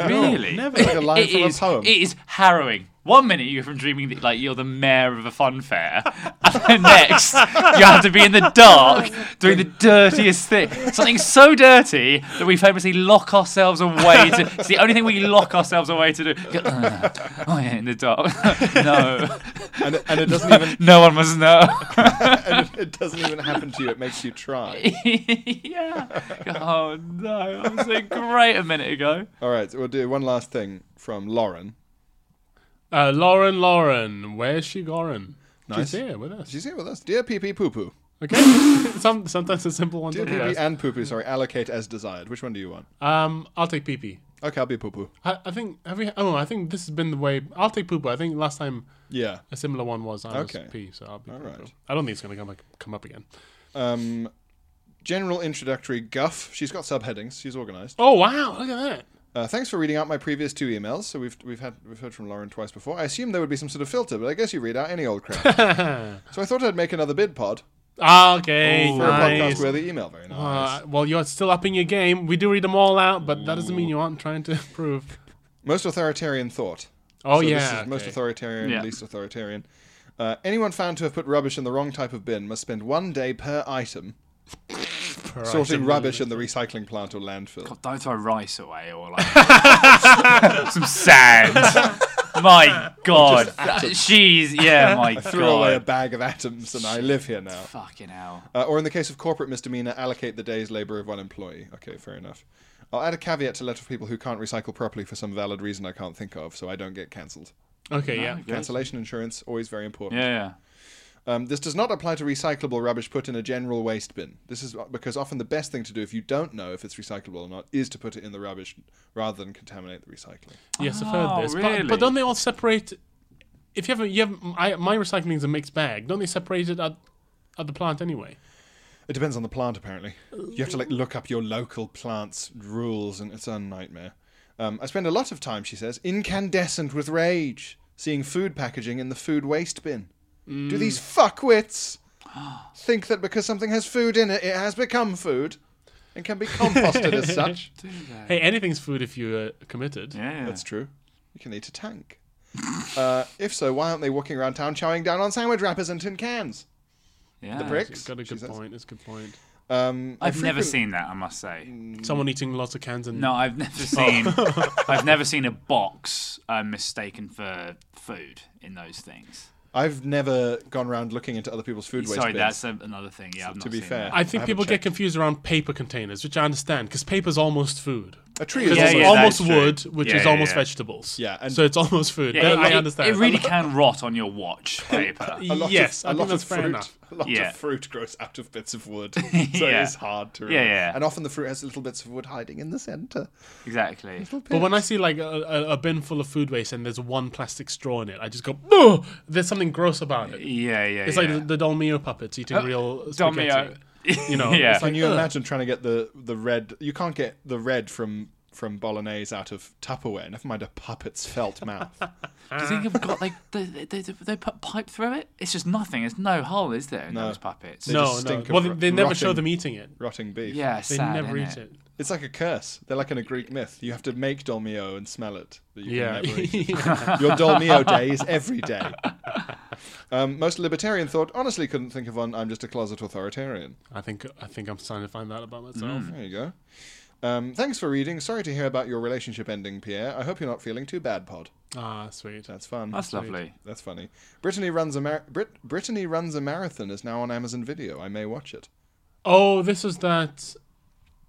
C: really.
B: Never.
A: like a line
C: It
A: from
C: is-
A: a poem.
C: It is harrowing. One minute you're from dreaming that like you're the mayor of a fun fair, and then next you have to be in the dark doing the dirtiest thing, something so dirty that we famously lock ourselves away. To, it's the only thing we lock ourselves away to do. Go, "Ugh. oh yeah, in the dark. no,
A: and, it- and it doesn't even
C: no one must know.
A: and it, it doesn't even happen to you. It makes you try.
C: yeah. Oh no, I was doing great a minute ago.
A: All right, so we'll do one last thing from Lauren.
B: Uh, Lauren, Lauren, where's she going?
A: Nice.
B: She's here with us.
A: She's here with us, dear pee pee poo poo,
B: Okay. Some sometimes the simple ones
A: dear
B: are
A: pee
B: the
A: pee
B: best.
A: and poo poo. Sorry, allocate as desired. Which one do you want?
B: Um, I'll take pee pee.
A: Okay, I'll be poo poo.
B: I, I think have we? Oh, I think this has been the way. I'll take poo poo. I think last time
A: Yeah.
B: a similar one was I
A: Okay.
B: was pee, so I'll be poo
A: right.
B: I don't think it's gonna come back, come up again.
A: Um, general introductory guff. She's got subheadings. She's organised.
B: Oh wow! Look at that.
A: Uh, thanks for reading out my previous two emails. So we've we've had we've heard from Lauren twice before. I assumed there would be some sort of filter, but I guess you read out any old crap. so I thought I'd make another bid pod
B: Ah, okay,
A: for Oh, a
B: nice.
A: podcast where the email very nice.
B: Uh, well, you're still upping your game. We do read them all out, but that doesn't mean you aren't trying to improve.
A: Most authoritarian thought.
B: Oh
A: so
B: yeah.
A: This is most
B: okay.
A: authoritarian,
C: Yeah.
A: least authoritarian. Uh, anyone found to have put rubbish in the wrong type of bin must spend one day per item
B: Per
A: sorting
B: item.
A: rubbish in the recycling plant or landfill.
C: Don't throw rice away or like some sand. My God, she's yeah. My
A: Threw
C: God,
A: away a bag of atoms, and I live here now.
C: fucking hell.
A: Uh, or in the case of corporate misdemeanor, allocate the day's labor of one employee. Okay, fair enough. I'll add a caveat to let of people who can't recycle properly for some valid reason I can't think of, so I don't get cancelled.
B: Okay, yeah.
A: Cancellation insurance always very important.
C: Yeah, yeah.
A: Um, this does not apply to recyclable rubbish put in a general waste bin. This is because often the best thing to do if you don't know if it's recyclable or not is to put it in the rubbish rather than contaminate the recycling.
B: Yes, I've heard
C: Oh,
B: this. But,
C: really?
B: but don't they all separate? If you have, you have I, my recycling is a mixed bag. Don't they separate it at, at the plant anyway?
A: It depends on the plant, apparently. You have to like look up your local plant's rules, and it's a nightmare. Um, I spend a lot of time, she says, incandescent with rage, seeing food packaging in the food waste bin. Do these
C: Mm.
A: fuckwits think that because something has food in it, it has become food and can be composted as such?
B: Hey, anything's food if uh, you're committed.
C: Yeah, yeah.
A: That's true. You can eat a tank. uh, if so, why aren't they walking around town chowing down on sandwich wrappers and tin cans?
C: yeah.
A: The bricks.
B: Got a
A: she
B: good
A: says.
B: point. It's a good point.
A: Um, I
C: I've never
A: frequent-
C: seen that. I must say.
A: Mm.
B: Someone eating lots of cans and
C: No, I've never
A: Oh.
C: seen. I've never seen a box uh, mistaken for food in those things.
A: I've never gone around looking into other people's food waste.
C: Sorry,
A: bins.
C: that's a, another thing. Yeah, I've not
A: to be
C: seen
A: fair.
C: that.
B: I
A: I
B: think
A: haven't
B: people get
A: checked.
B: confused around paper containers, which I understand because paper's almost food.
A: A tree is
B: Because
C: Yeah,
A: also
B: it's
C: yeah, that
B: almost
C: is true.
B: wood, which
C: Yeah,
B: is
C: yeah,
B: almost
C: yeah.
B: vegetables.
A: Yeah, and-
B: so it's almost food.
C: Yeah,
B: That-
C: it-
B: I
C: it-
B: understand.
C: It really can rot on your watch, paper.
A: a lot
B: yes,
A: of,
B: I
A: a
B: think
A: lot
B: that's
A: of
B: fair
A: fruit,
B: enough.
A: A lot
C: Yeah.
A: of fruit grows out of bits of wood, so it
C: Yeah.
A: is hard to.
C: Yeah,
A: remember.
C: yeah.
A: And often the fruit has little bits of wood hiding in the center.
C: exactly.
B: But when I see like a, a, a bin full of food waste and there's one plastic straw in it, I just go, "Ugh!" there's something gross about it.
C: Yeah, yeah.
B: It's
C: yeah. Uh,
B: like the, the Dolmio puppets eating real spaghetti.
C: Dolmio.
B: You know,
C: Yeah.
B: it's like,
A: Can you
B: "Ugh."
A: imagine trying to get the the red? You can't get the red from from bolognese out of Tupperware. Never mind a puppet's felt mouth.
C: Do you think they've got like they, they, they, they put pipe through it? It's just nothing. There's no hole, is there? in Those puppets.
B: no,
A: just
B: no.
A: stink of
B: Well, they,
A: rot-
B: they never show
A: rotting-
B: them eating it.
A: Rotting beef.
C: Yeah,
B: They
C: sad,
B: never
C: innit?
B: eat it.
A: It's like a curse. They're like in a Greek myth. You have to make dolmio and smell it. But you
B: Yeah.
A: yeah. Can never eat it. Your dolmio day is every day. Um, most libertarian thought, honestly, couldn't think of one. I'm just a closet authoritarian.
B: I think I think I'm starting to find that about myself.
C: Mm.
A: There you go. Um, thanks for reading. Sorry to hear about your relationship ending, Pierre. I hope you're not feeling too bad, Pod.
B: Ah, sweet.
A: That's fun.
C: That's lovely.
A: That's funny. Brittany runs a mar- Brit- Brittany runs a marathon is now on Amazon Video. I may watch it.
B: Oh, this was that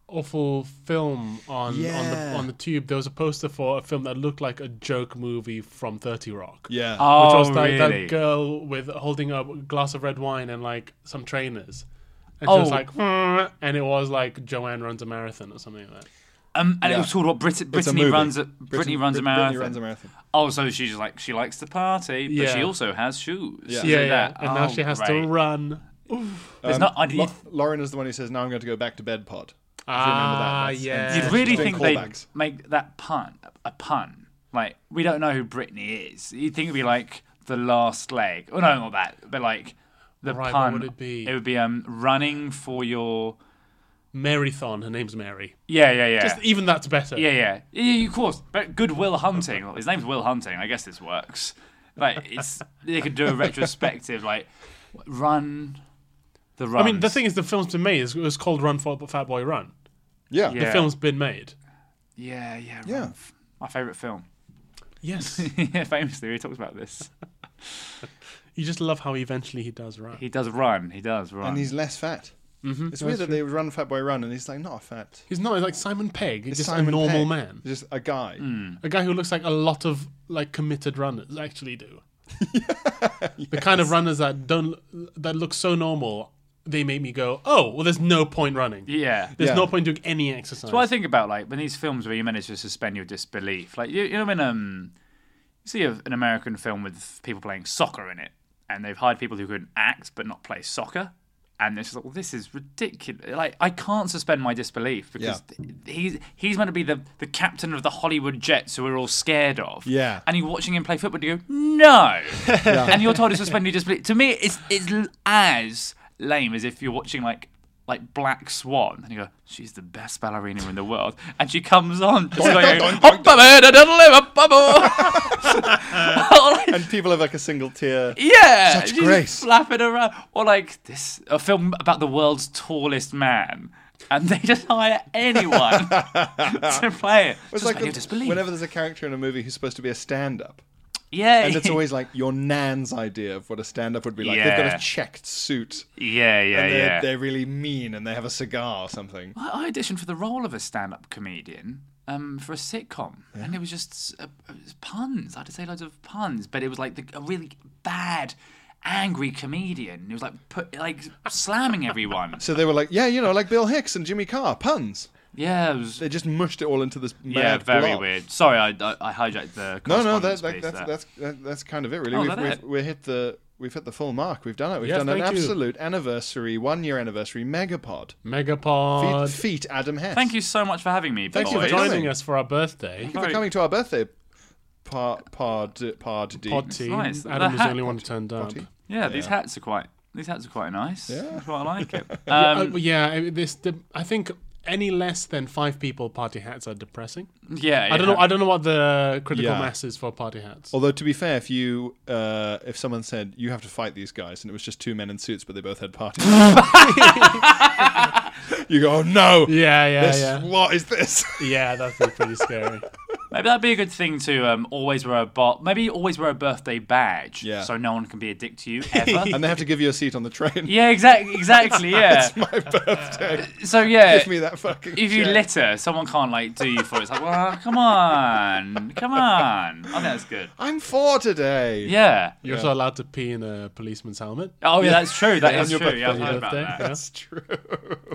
B: awful film on on
A: Yeah.
B: the on the tube. There was a poster for a film that looked like a joke movie from Thirty Rock.
A: Yeah.
C: Oh,
B: Which was like
C: really?
B: that girl with holding a glass of red wine and like some trainers. And she was
C: Oh.
B: like, "Mm," and it was like Joanne runs a marathon or something like that.
C: Um, and
A: Yeah.
C: it was called what Brit-
A: It's a
C: Brittany
A: movie.
C: runs. A, Brittany runs a
A: Brit- Brittany
C: marathon.
A: runs a marathon.
C: Oh, so she's just like she likes to party, but she
B: Yeah.
C: also has shoes.
A: Yeah.
C: Is
B: Yeah,
C: it
B: yeah.
C: that?
B: And now
C: Oh,
B: she has
C: great.
B: to run.
C: There's not. I, you,
A: Um, Lo- Lauren is the one who says, "Now I'm going to go back to bed, Pod." If you remember
B: Ah,
A: that's-
B: yeah.
A: and
C: you'd
A: she's
C: really
A: doing
C: think they
A: callbacks.
C: would make that pun a pun. Like we don't know who Brittany is. You'd think it'd be like the last leg. Oh no, not that. But like the
B: Right, what
C: pun.
B: would it be?
C: It would be um running for your
B: Mary Thon. Her name's Mary.
C: Yeah, yeah, yeah.
B: Just even that's better.
C: Yeah, yeah, yeah, yeah, of course. But good Will Hunting. His name's Will Hunting. I guess this works. Like it's they could do a retrospective, like run the run.
B: I mean, the thing is, the film's been made. It's, it's called Run for Fat Boy Run.
A: Yeah.
C: Yeah.
B: The film's been made.
C: Yeah, yeah,
A: Yeah.
C: Run. My favorite film.
B: Yes.
C: yeah, famously, we talked about this.
B: you just love how eventually he does run.
C: He does run. He does run.
A: And he's less fat. Mm-hmm. It's weird that they would run Fat Boy Run and he's like, not a fat.
B: He's not like Simon Pegg. He's
A: It's
B: just a
A: Simon Pegg.
B: normal man,
A: Just a guy.
C: Mm. Hmm.
B: a guy who looks like a lot of like committed runners actually do. The kind of runners that don't that look so normal, they make me go, oh, well, there's no point running.
C: yeah.
B: There's
A: Yeah.
B: no point doing any exercise.
C: That's what I think about like when these films where you manage to suspend your disbelief. Like you, you know when um you see a, an American film with people playing soccer in it, and they've hired people who can act but not play soccer, and it's just like, well, this is ridiculous. Like I can't suspend my disbelief because th- he's he's meant to be the the captain of the Hollywood Jets who we're all scared of.
A: Yeah.
C: and you're watching him play football, and you go no, and you're told to suspend your disbelief. To me, it's it's l- as lame as if you're watching like. Like Black Swan, and you go, she's the best ballerina in the world, and she comes on, just going, like,
A: And people have like a single tear.
C: yeah,
A: Such
C: she's
A: grace.
C: flapping around, or like this a film about the world's tallest man, and they just hire anyone to play it.
A: It's
C: Just
A: like
C: like you
A: the-
C: disbelief.
A: whenever there's a character in a movie who's supposed to be a stand up.
C: yeah,
A: And it's always like your nan's idea of what a stand up would be like. They've got
C: Yeah.
A: a checked suit.
C: yeah, yeah,
A: and they're,
C: yeah.
A: they're really mean and they have a cigar or something.
C: I I auditioned for the role of a stand-up comedian um, for a sitcom, and it was just uh, it was puns. I had to say loads of puns, but it was like the, a really bad, angry comedian. It was like put, like slamming everyone.
A: So they were like, yeah, you know, like Bill Hicks and Jimmy Carr, puns.
C: Yeah, it was.
A: They just mushed it all into this mad
C: Yeah, very
A: blob.
C: weird. Sorry, I, I, I hijacked the.
A: No, no, that,
C: correspondence
A: that,
C: piece
A: that's,
C: there.
A: that's that, that's kind of it, really.
C: Oh,
A: we've,
C: that
A: we've,
C: it.
A: we've hit the we've hit the full mark. We've done it. We've
B: Yes,
A: done an
B: thank you.
A: absolute anniversary, one year anniversary megapod.
B: Megapod.
A: Feet, feet Adam Hess.
C: Thank you so much for having me.
A: Thank you
C: boys.
A: for
B: joining
A: coming.
B: us for our birthday.
A: for coming to our birthday pod pod pod. D.
B: Pod team.
C: nice. The
B: Adam was the
C: hat-
B: only one who turned up.
A: Potty.
C: Yeah, these hats are quite. These hats are quite nice. Yeah, quite like it. Um,
B: Uh, yeah, I- this. The, I think any less than five people party hats are depressing.
C: yeah,
B: I don't know.
C: yeah.
B: I don't know what the critical
A: Yeah.
B: mass is for party hats.
A: Although to be fair, if you uh, if someone said you have to fight these guys and it was just two men in suits but they both had parties, you go oh, no.
B: yeah, yeah,
A: This-
B: yeah,
A: What is this?
B: yeah. That'd be pretty scary.
C: Maybe that'd be a good thing to um, always wear a bar. Maybe always wear a birthday badge.
A: Yeah.
C: So no one can be a dick to you ever.
A: and they have to give you a seat on the train.
C: yeah, exactly. Exactly. Yeah. Uh,
A: It's my birthday.
C: So yeah.
A: Give me that fucking.
C: if you
A: check.
C: litter, someone can't like do you for it. It's like, well, come on, come on. I think that's good.
A: I'm four today.
C: Yeah.
B: You're also allowed to pee in a policeman's helmet.
C: Oh yeah, that's true. That is
A: your
C: true. Yeah, I've
B: birthday.
C: heard about
B: Birthday.
C: that.
A: That's true.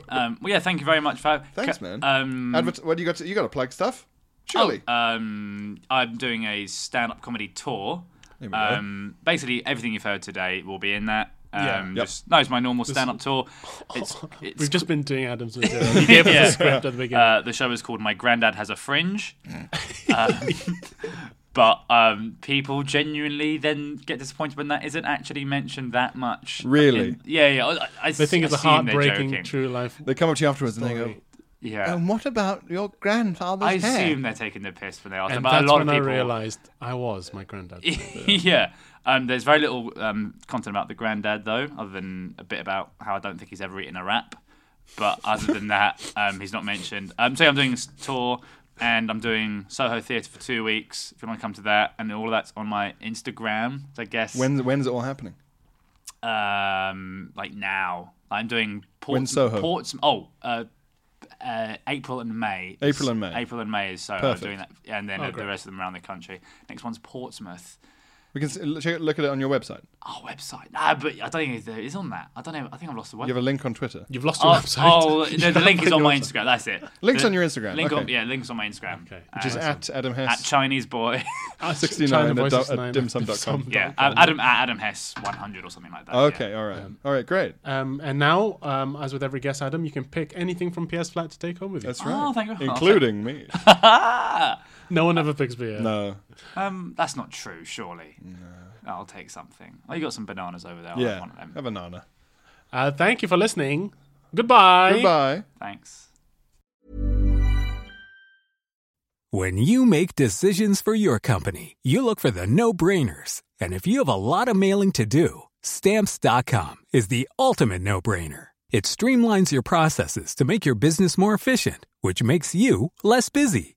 C: Um, well, yeah, thank you very much for.
A: Thanks,
C: ca-
A: man.
C: Um,
A: Advert- what do you got? To- you got to plug stuff, surely.
C: um, I'm doing a stand-up comedy tour.
A: we go.
C: Um, basically, everything you've heard today will be in that. Um,
B: Yeah.
A: Yep.
C: just- no, it's my normal stand-up tour. It's, it's
B: We've just been doing Adam's. He gave us
C: Yeah.
B: a script at the beginning.
C: uh, the show is called My Granddad Has a Fringe. um, but um, people genuinely then get disappointed when that isn't actually mentioned that much.
A: Really?
C: In- yeah, yeah. I, I
B: they think it's a
C: assume they're
B: heartbreaking
C: joking.
B: true life.
A: they come up to you afterwards and they go,
B: Sorry.
C: Yeah.
A: "And what about your grandfather's
C: Uh, I
A: hair?"
C: assume they're taking the piss when they ask
B: And
C: them, but a
B: that's
C: lot of
B: when I
C: people.
B: realized I was my granddad.
C: yeah. Um, there's very little um, content about the granddad, though, other than a bit about how I don't think he's ever eaten a wrap. But other than that, um, he's not mentioned. Um, so yeah, I'm doing this tour and I'm doing Soho Theatre for two weeks if you want to come to that. And all of that's on my Instagram, so I guess.
A: When's when's it all happening?
C: Um, like now. I'm doing Port-
A: When Soho?
C: Ports- oh, uh, uh, April and May.
A: April and May.
C: April and May is Soho.
A: Perfect. Oh,
C: I'm doing that. And then the rest of them around the country. Next one's Portsmouth.
A: We can s- check it- look at it on your website.
C: Our website. Nah, but I don't think it is on that. I don't know. I think I've lost the website.
A: You have a link on Twitter.
B: You've lost your
C: Oh,
B: website.
C: oh no, the link is on my Instagram. That's it.
A: Links
C: The-
A: on your Instagram,
C: Link on,
A: okay.
C: yeah, links on my Instagram.
B: Okay.
C: Uh,
A: Which is at Adam
C: at
A: Hess
C: Chinese boy.
A: sixty
B: China
A: nine at,
B: Voice
A: do-
B: is nine.
A: at dimsum.com.
C: yeah, um, Adam at Adam Hess 100 or something like that. oh, yeah.
A: Okay, all right, all right, great.
B: Um, and now, um, as with every guest, Adam, you can pick anything from PS Flat to take home with you.
A: That's right.
C: Oh, thank you.
A: Including me.
B: no one ever picks beer.
A: No.
C: Um, that's not true, surely. I'll take something. Oh, you got some bananas over there. I'll have
A: Yeah.
C: one of them.
A: A banana.
B: Uh, thank you for listening. Goodbye.
A: Goodbye.
C: Thanks.
E: When you make decisions for your company, you look for the no brainers. And if you have a lot of mailing to do, stamps.com is the ultimate no brainer. It streamlines your processes to make your business more efficient, which makes you less busy.